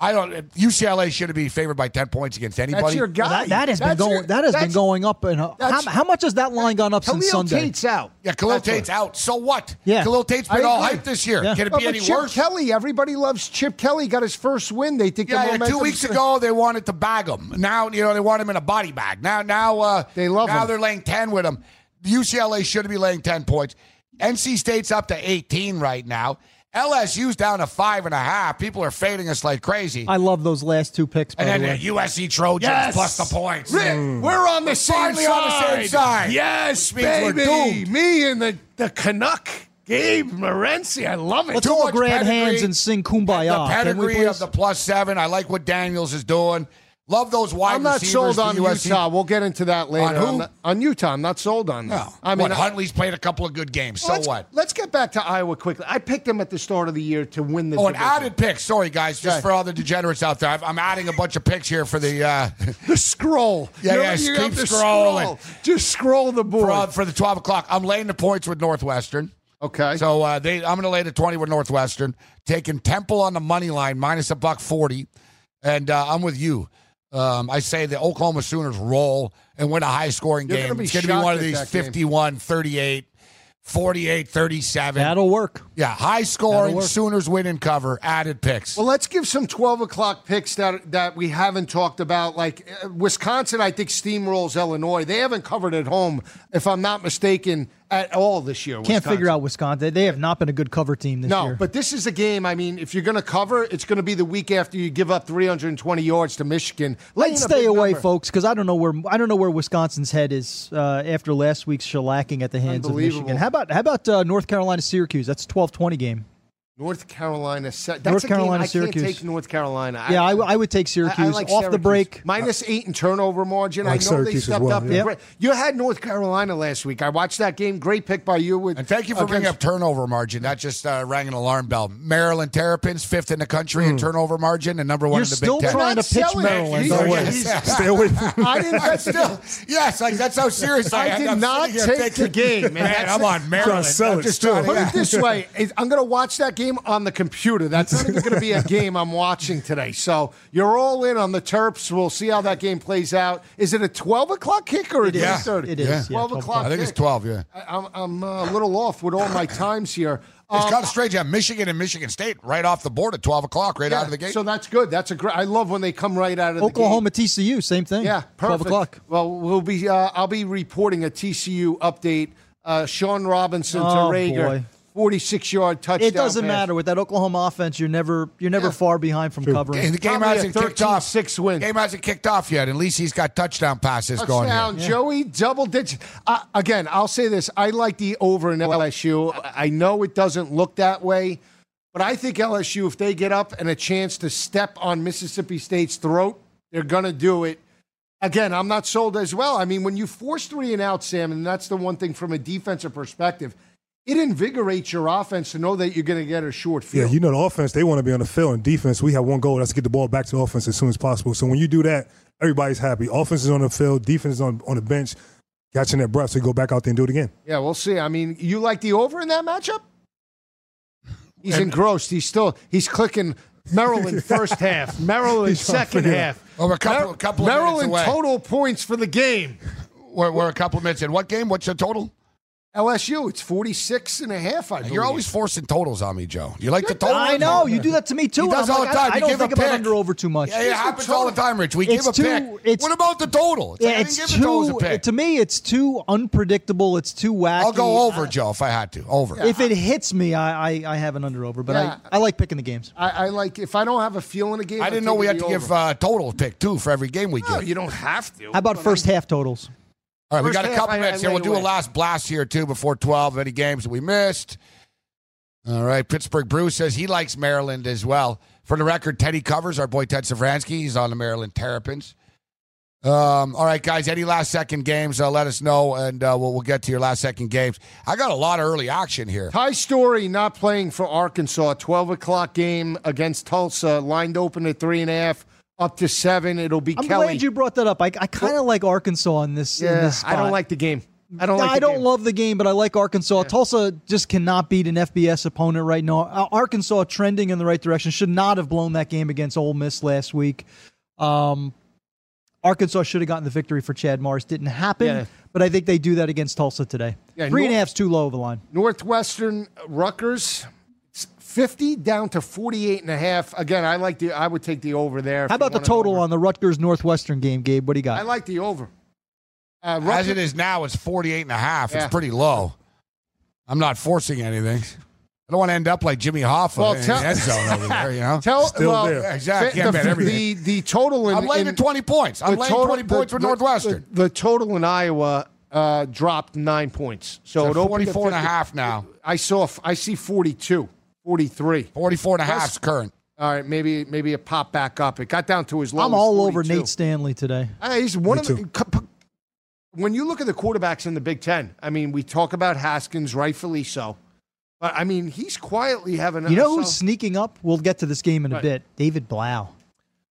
F: I don't. UCLA shouldn't be favored by ten points against anybody.
D: That's your guy.
E: Well, that, that has
D: That's
E: been
D: your-
E: going. That has been
D: that's-
E: going up. And how,
D: that's-
E: how much has that line gone up since
D: Khalil
E: Sunday?
D: Tate's out.
F: Yeah, Khalil
D: That's
F: Tate's
D: what-
F: out. So what?
E: Yeah.
F: Khalil Tate's
D: I
F: been all
D: agree.
F: hyped this year.
E: Yeah.
F: Can it
D: Oh,
F: be
D: but
F: any
D: Chip
F: worse?
D: Kelly, everybody loves Chip Kelly. Got his first win. They think
F: Yeah,
D: the
F: yeah, two
D: momentum's
F: weeks
D: gonna-
F: ago they wanted to bag him. Now you know they want him in a body bag. Now now uh,
D: They love
F: Now
D: him.
F: they're laying ten with him. UCLA should be laying ten points. NC State's up to eighteen right now. LSU's down to five and a half. People are fading us like crazy.
E: I love those last two picks. By
F: and then
E: the
F: the
E: way.
F: USC Trojans plus the points.
D: Rick, We're on the same
F: finally on the
D: side.
F: same side.
D: Yes,
F: Which means we're
D: baby.
F: doomed.
D: Me and the, the Canuck, Gabe Morency. I love it.
E: Let's
F: too
E: all
F: much
E: grab hands
F: pedigree.
E: and sing "Kumbaya."
F: the
E: can we
F: pedigree
E: please?
F: of the plus seven. I like what Daniels is doing. Love those wide
D: I'm not
F: receivers
D: sold
F: for E
D: on
F: USC.
D: Utah. We'll get into that later.
F: On who?
D: I'm not- on Utah, I'm not sold on that.
F: No.
D: I mean,
F: what,
D: I-
F: Huntley's played a couple of good games. So
D: let's,
F: what?
D: Let's get back to Iowa quickly. I picked them at the start of the year to win the.
F: Oh, an
D: division.
F: added pick. Sorry, guys, just
D: Okay.
F: for all the degenerates out there. I've, I'm adding a bunch of picks here for the uh,
D: the scroll.
F: Yeah,
D: You know,
F: yeah,
D: you
F: keep
D: have to
F: scrolling.
D: Scroll. Just scroll the board.
F: for, uh, for the 12 o'clock. I'm laying the points with Northwestern.
D: okay.
F: So uh, they, I'm going to lay the 20 with Northwestern, taking Temple on the money line minus a buck 40, and uh, I'm with you. Um, I say the Oklahoma Sooners roll and win a high scoring
D: You're
F: game.
D: gonna be
F: it's going to be
D: shocked
F: one of
D: at
F: these
D: that game.
F: 51 38, 48 37.
E: That'll work.
F: yeah, high
E: That'll
F: scoring.
E: work.
F: Sooners win and cover. Added picks.
D: Well, let's give some 12 o'clock picks that that we haven't talked about. Like uh, Wisconsin, I think steamrolls Illinois. They haven't covered at home, if I'm not mistaken, at all this year.
E: Can't
D: Wisconsin.
E: figure out Wisconsin. They- They have not been a good cover team this
D: No,
E: year.
D: but this is a game. I mean, if you're going to cover, it's going to be the week after you give up 320 yards to Michigan. Laying
E: Let's
D: a
E: stay
D: big
E: away,
D: number.
E: folks, because I don't know where I don't know where Wisconsin's head is uh, after last week's shellacking at the hands of
D: Unbelievable.
E: Michigan. How about how about uh, North Carolina Syracuse? That's a 12-20 game.
D: North Carolina. Sy- That's
E: North
D: a game
E: Carolina,
D: I can't
E: Syracuse.
D: take North Carolina.
E: Yeah, I, I would take
D: I- I
E: Syracuse
D: like
E: off the
D: Syracuse.
E: break.
D: Minus eight in turnover margin. I,
C: like
D: know
C: Syracuse
D: they
C: as
D: stepped
C: well,
D: up.
C: yeah.
D: and great- You had North Carolina last week. I watched that game. Great pick by you. With
F: And thank you for bringing up
D: against-
F: turnover margin. That just uh, rang an alarm bell. Maryland Terrapins, fifth in the country
D: Hmm.
F: in turnover margin and number one
E: You're
F: in the
E: still
F: Big Ten.
E: trying to
D: Not
E: pitch
D: selling it.
E: Maryland.
D: He's-
E: Don't worry.
D: he's-
C: Stay away from
D: I didn't bet
F: Still,
D: the,
F: yes, like that's how serious I,
D: I
F: am.
D: did
F: I'm
D: not
F: sitting here
D: take
F: thinking,
D: the game, man. That's
F: I'm
D: it.
F: on
C: Trying
F: Maryland.
C: to sell
F: I'm
C: it
F: just
C: still.
F: trying to-
D: Put
F: yeah.
D: it this way: It- I'm going to watch that game on the computer. That's not even going to be a game I'm watching today. So you're all in on the Terps. We'll see how that game plays out. Is it a 12 o'clock kick or a
E: It is.
D: 3:30?
E: It is. Yeah,
D: 12
E: 12
D: o'clock.
F: I think it's
D: kick.
F: 12, yeah.
D: I- I'm, I'm uh, a little off with all my times here.
F: It's
D: Um,
F: kind of strange. Yeah, Michigan and Michigan State right off the board at 12 o'clock, right
D: Uh, yeah,
F: out of the gate.
D: So that's good. That's a great. I love when they come right out of
E: Oklahoma
D: The gate.
E: TCU, same thing.
D: Yeah, perfect.
E: 12 o'clock.
D: Well, we'll be. Uh, I'll be reporting a TCU update. Uh, Sean Robinson to
E: Oh,
D: Rager,
E: boy.
D: 46 yard touchdown.
E: It doesn't
D: pass.
E: matter with that Oklahoma offense. You're never you're never
D: Yeah.
E: far behind from covering.
F: and the game
D: Probably a
F: hasn't kicked off.
D: 13-6 win.
F: Game hasn't kicked off yet. At least he's got touchdown passes going. here.
D: Touchdown, Joey, double digit. Uh, again, I'll say this: I like the over in LSU. I I know it doesn't look that way, but I think LSU, if they get up and a chance to step on Mississippi State's throat, they're gonna do it. Again, I'm not sold as well. I mean, when you force three and out, Sam, and that's the one thing from a defensive perspective, it invigorates your offense to know that you're gonna get a short
C: Yeah,
D: field.
C: you know the offense, they want to be on the field. And defense, we have one goal, that's to get the ball back to the offense as soon as possible. So when you do that, everybody's happy. Offense is on the field, defense is on, on the bench, catching their breath, so you go back out there and do it again.
D: Yeah, we'll see. I mean, you like the over in that matchup? He's engrossed. He's still he's clicking Maryland first half, Maryland
C: He's trying to
D: second
C: figure it
D: half.
F: Well, we're a couple- a couple of minutes
D: Maryland
F: away.
D: total points for the game.
F: We're, we're a couple minutes in. What game? What's the total?
D: LSU, it's 46 and a half, I believe.
F: You're always forcing totals on me, Joe. You like the total?
E: I know you do that to me too.
F: He does
E: and I'm
F: all
E: like,
F: the time.
E: I,
F: You
E: I don't
F: give a
E: think about
F: pick.
E: under over too much.
F: Yeah, yeah, it happens all the time, Rich. We
E: It's
F: give a
E: too-
F: pick.
E: it's-
F: what about the total? It's
E: Yeah,
F: like, I didn't
E: it's
F: give the totals
E: too.
F: a pick.
E: To me, it's too unpredictable. It's too wacky.
F: I'll go over, Joe, if I had to. Over.
E: uh, If it hits me, I I, I have an under over, but
D: Yeah.
E: I, I like picking the games.
D: I, I like if I don't have a feel in a game.
F: I
D: I'm
F: didn't know we had
D: taking
F: to
D: the
F: give
D: over.
F: uh, total pick too for every game we
D: uh, no,
F: get.
D: you don't have to.
E: How about
D: but
E: first
D: I'm-
E: half totals?
F: All right, we
D: First
F: got a
D: half,
F: couple
D: I- I
F: minutes here.
D: lay
F: We'll do a
D: away.
F: last blast here too before twelve. Any games that we missed? All right, Pittsburgh Brew says he likes Maryland as well. For the record, Teddy covers our boy Ted Safransky. He's on the Maryland Terrapins. Um, all right, guys. Any last second games? Uh, let us know, and uh, we'll, we'll get to your last second games. I got a lot of early action here.
D: Ty Story not playing for Arkansas. 12 o'clock game against Tulsa, lined open at three and a half, up to seven. It'll be
E: I'm
D: Kelly.
E: glad you brought that up. I, I kind of like Arkansas in this. in
D: yeah,
E: this
D: I don't
E: spot.
D: like the game. I don't.
E: No,
D: like
E: I
D: the
E: don't
D: game.
E: love the game, but I like Arkansas. Tulsa just cannot beat an FBS opponent right now. Ar- Arkansas trending in the right direction. Should not have blown that game against Ole Miss last week. Um, Arkansas should have gotten the victory for Chad Morris. Didn't happen,
D: Yeah.
E: but I think they do that against Tulsa today.
D: Yeah,
E: Three and a
D: Nor-
E: half's too low of a line.
D: Northwestern Rutgers. it's 50 down to 48 and a half. Again, I like the I would take the over there. if
E: How
D: you
E: about the
D: want an
E: total
D: over.
E: on the Rutgers Northwestern game, Gabe? What do you got?
D: I like the over. Uh,
F: As it
D: Rutgers-
F: is now, it's 48 and a half.
D: Yeah.
F: It's pretty low. I'm not forcing anything. I don't want to end up like Jimmy Hoffa
D: Well,
F: in
D: tell-
F: the end zone over there, you know?
D: Tell
C: Still
D: well,
C: there. Yeah,
F: exactly.
D: the-
F: Can't bet
D: The,
F: everything.
D: the, the total in,
F: I'm laying
D: in-
F: at 20 points. I'm
D: the
F: laying 20 points with
D: the-
F: Northwestern.
D: The, the total in Iowa uh, dropped nine points. So
F: It's
D: it
F: at
D: opened to
F: 44 and a
D: 50.
F: half now.
D: I saw. I see 42, 43.
F: 44 and a half is current.
D: All right, maybe maybe it popped back up. It got down to his low.
E: I'm
D: as
E: all over
D: 42.
E: Nate Stanley today.
D: Uh, he's one
C: Me
D: of the,
C: too.
D: c- p- when you look at the quarterbacks in the Big Ten. I mean, we talk about Haskins, rightfully so, but I mean he's quietly having.
E: You know
D: so-
E: who's sneaking up? We'll get to this game in a
D: Right.
E: bit. David Blau,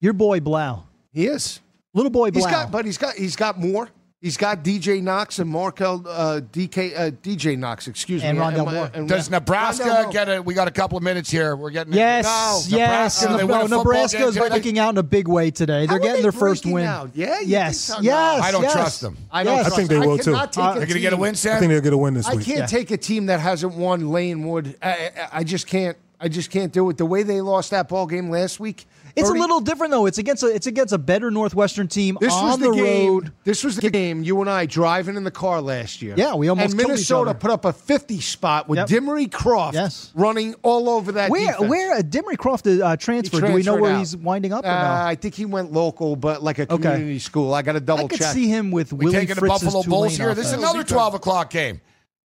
E: your boy Blau,
D: he is.
E: little boy Blau.
D: He's got, but he's got he's got more. He's got DJ Knox and Markel uh, DK uh, DJ Knox. Excuse
E: And
D: me.
E: Rondell
D: my-
E: Moore.
F: Does
D: Rondell
F: Nebraska
D: Moore.
F: get it? We got a couple of minutes here. We're getting
E: Yes,
F: No,
E: yes.
F: Nebraska,
E: No,
F: they won a football
E: Nebraska
F: game
E: is
F: today.
E: breaking out in a big way today. They're
D: are
E: getting
D: they
E: their first
D: breaking
E: win.
D: out? Yeah, you think
E: yes,
D: so? No.
E: yes.
F: I don't
E: yes.
F: trust them.
D: I don't.
E: Yes. I
D: trust
C: think they
D: him.
C: will,
D: cannot
C: too.
D: take
E: Uh,
F: They're going to
D: team-
F: get a win,
C: I
F: Sam?
C: think they'll get a win this
D: I
C: week.
D: can't take a team that hasn't won Lane Wood. I, I, I just can't. I just can't do it. The way they lost that ball game last week.
E: It's a
D: 30
E: little different though. It's against a it's against a better Northwestern team
D: This
E: on
D: was the, game,
E: road.
D: This was the game you and I driving in the car last year.
E: Yeah, we almost
D: and
E: killed each
D: Minnesota
E: other.
D: put up a 50 spot with
E: Yep.
D: Dimery Croft
E: Yes.
D: running all over that.
E: Where
D: defense.
E: where a Dimery Croft uh, transfer? Do we know
D: transferred
E: where
D: out.
E: he's winding up? or
D: Uh,
E: no?
D: I think he went local, but like a community school. I got to double
E: I could
D: check.
E: see him with
F: We
E: Willie
F: taking the
E: Fritz's
F: Buffalo Bulls
E: Tulane
F: here. This is
E: offense.
F: another 12 o'clock game.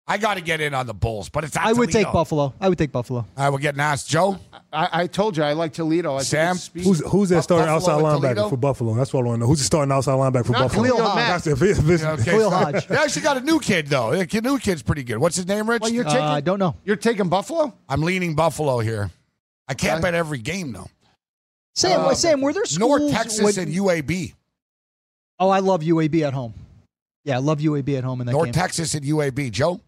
F: I got to get in on the Bulls, but it's at
E: I would
F: Toledo.
E: take Buffalo. I would take Buffalo.
F: I will get asked, Joe.
D: I, I told you I like Toledo. I think
F: Sam?
D: it's speed.
C: Who's who's that starting
F: Buffalo
C: outside
F: and
C: linebacker
F: Toledo?
C: for Buffalo? That's what I want to know. Who's the starting outside linebacker for
D: Not
C: Buffalo?
D: Khalil Mack.
C: That's if it- if it's-
F: Okay.
E: Khalil Hodge.
F: They actually got a new kid though. The new kid's pretty good. What's his name, Rich?
D: Well, you're
E: Uh,
D: taking.
E: I don't know.
D: You're taking Buffalo.
F: I'm leaning Buffalo here. I can't
D: Okay.
F: bet every game though.
E: Sam,
D: Uh,
E: Sam, were there schools?
F: North Texas
E: when-
F: and UAB.
E: oh, I love UAB at home. Yeah, I love UAB at home in that
F: North
E: game.
F: Texas and UAB. Joe.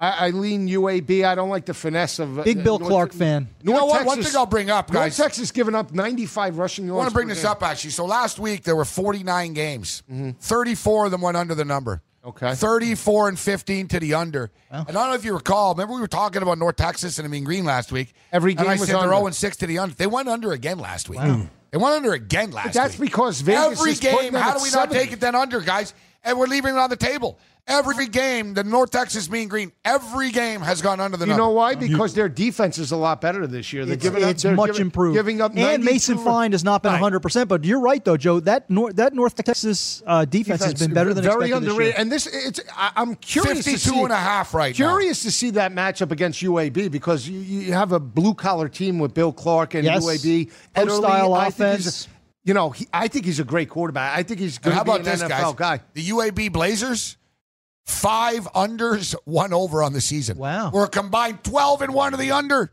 D: I, I lean UAB. I don't like the finesse of uh,
E: Big Bill Clark fan.
F: You
D: North
F: know what? One
D: Texas-
F: thing I'll bring up,
D: North
F: guys.
D: Texas giving up 95 rushing
F: I
D: yards.
F: want to bring
D: per
F: this
D: game. Mm-hmm.
F: up actually. So last week there were 49 games. 34 of them went under the number.
D: Okay.
F: 34 and 15 to the under. And I don't know if you recall. Remember we were talking about North Texas and I mean Green last week.
D: Every
F: and
D: game
F: I
D: was
F: said they're
D: under.
F: 0 and 6 to the under. They went under again last week. They went under again last week.
D: That's because Vegas
F: every
D: is putting
F: game.
D: them
F: How
D: at
F: do we
D: 70.
F: not take it then under, guys? And we're leaving it on the table. Every game, the North Texas Mean Green, every game has gone under the
D: You
F: number.
D: know why? Because their defense is a lot better this year. They're
E: It's,
D: giving up-
E: it's
D: they're
E: much
D: giving-
E: improved.
D: Giving up
E: and
D: 92
E: Mason Fine has not been
D: Right.
E: 100. percent But you're right though, Joe. That North that North Texas uh, defense, has been better than
D: very
E: expected this
D: underrated.
E: year.
D: And this, it's I, I'm curious to
F: 52
D: see
F: and a half right now.
D: Curious to see that matchup against UAB because you, you have a blue collar team with Bill Clark and
E: Yes.
D: UAB.
E: Post style
D: I think he's a-
E: offense.
D: you know, he, I think he's a great quarterback. I think he's
F: And
D: going
F: how
D: to be
F: about
D: an
F: this,
D: NFL
F: guys?
D: guy.
F: The UAB Blazers, five unders, one over on the season.
E: Wow.
F: We're a combined 12 and one to the under.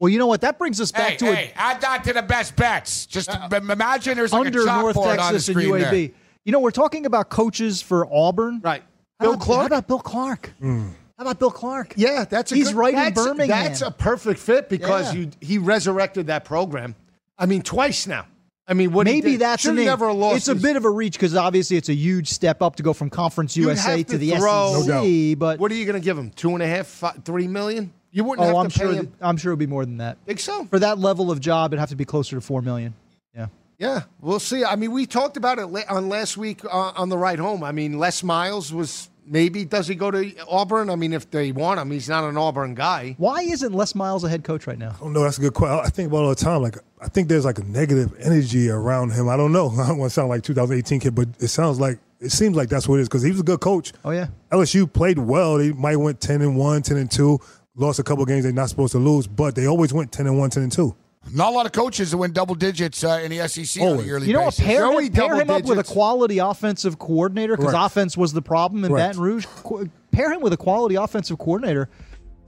E: Well, you know what? That brings us back
F: hey,
E: to
F: hey, add that to the best bets. Just im- imagine there's
E: a,
F: like
E: under
F: a
E: North
F: chalkboard on the
E: Texas and
F: screen
E: UAB.
F: there.
E: You know, we're talking about coaches for Auburn.
D: Right.
E: How
D: Bill
E: about-
D: Clark?
E: How about Bill Clark?
F: Hmm.
E: How about Bill Clark?
D: Yeah, that's a
E: He's
D: good,
E: right in
D: that's,
E: Birmingham.
D: That's a perfect fit because
E: Yeah.
D: you, he resurrected that program. I mean, twice now. I mean, what he
E: Maybe
D: did-
E: that's a
D: should've
E: name.
D: never lost.
E: it's a
D: his-
E: bit of a reach because obviously it's a huge step up to go from Conference
D: You'd
E: USA
D: have
E: to the
D: throw-
E: SEC. but
D: what are you going to give him? Two and a half, five, three million? You wouldn't
E: oh,
D: have
E: I'm
D: to pay
E: sure.
D: him.
E: th- I'm sure it'll be more than that.
D: Think so?
E: For that level of job, it'd have to be closer to four million. Yeah.
D: Yeah, we'll see. I mean, we talked about it la- on last week uh, on the ride home. I mean, Les Miles was maybe does he go to Auburn? I mean, if they want him, he's not an Auburn guy.
E: Why isn't Les Miles a head coach right now?
C: I don't know. That's a good question. I think about it all the time. Like I think there's like a negative energy around him. I don't know. I don't want to sound like 2018 kid, but it sounds like it seems like that's what it is because he was a good coach.
E: Oh, yeah.
C: LSU played well. They might went 10 and 1, 10 and 2, lost a couple games they're not supposed to lose, but they always went 10 and 1, 10 and 2.
F: Not a lot of coaches that win double digits uh, in the SEC on a
C: Always.
F: yearly
E: You know, what?
F: basis.
E: pair,
D: Joey
E: him, pair
D: double
E: him up with a
D: digits.
E: quality offensive coordinator because
C: Correct.
E: offense was the problem in
C: Correct.
E: Baton Rouge. Qu- pair him with a quality offensive coordinator.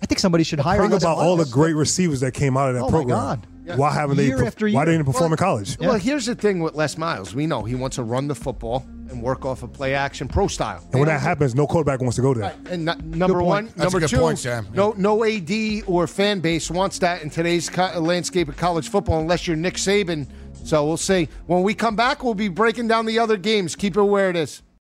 E: I think somebody should hire.
C: Think
E: Les
C: about all the
E: Miles.
C: great receivers that came out of that
E: Oh my
C: program.
E: God.
C: Why haven't they?
E: Year
C: perf-
E: after
C: Why
E: year.
C: didn't they perform in college?
D: Well, here's the thing with Les Miles. We know he wants to run the football and work off a play action pro style.
C: And when that happens, no quarterback wants to go there.
D: And n- number
E: point.
D: one,
F: That's a
D: number
F: good
D: two,
F: point, Sam.
D: no, no AD or fan base wants that in today's co- landscape of college football, unless you're Nick Saban. So we'll see. When we come back, we'll be breaking down the other games. Keep it where it is.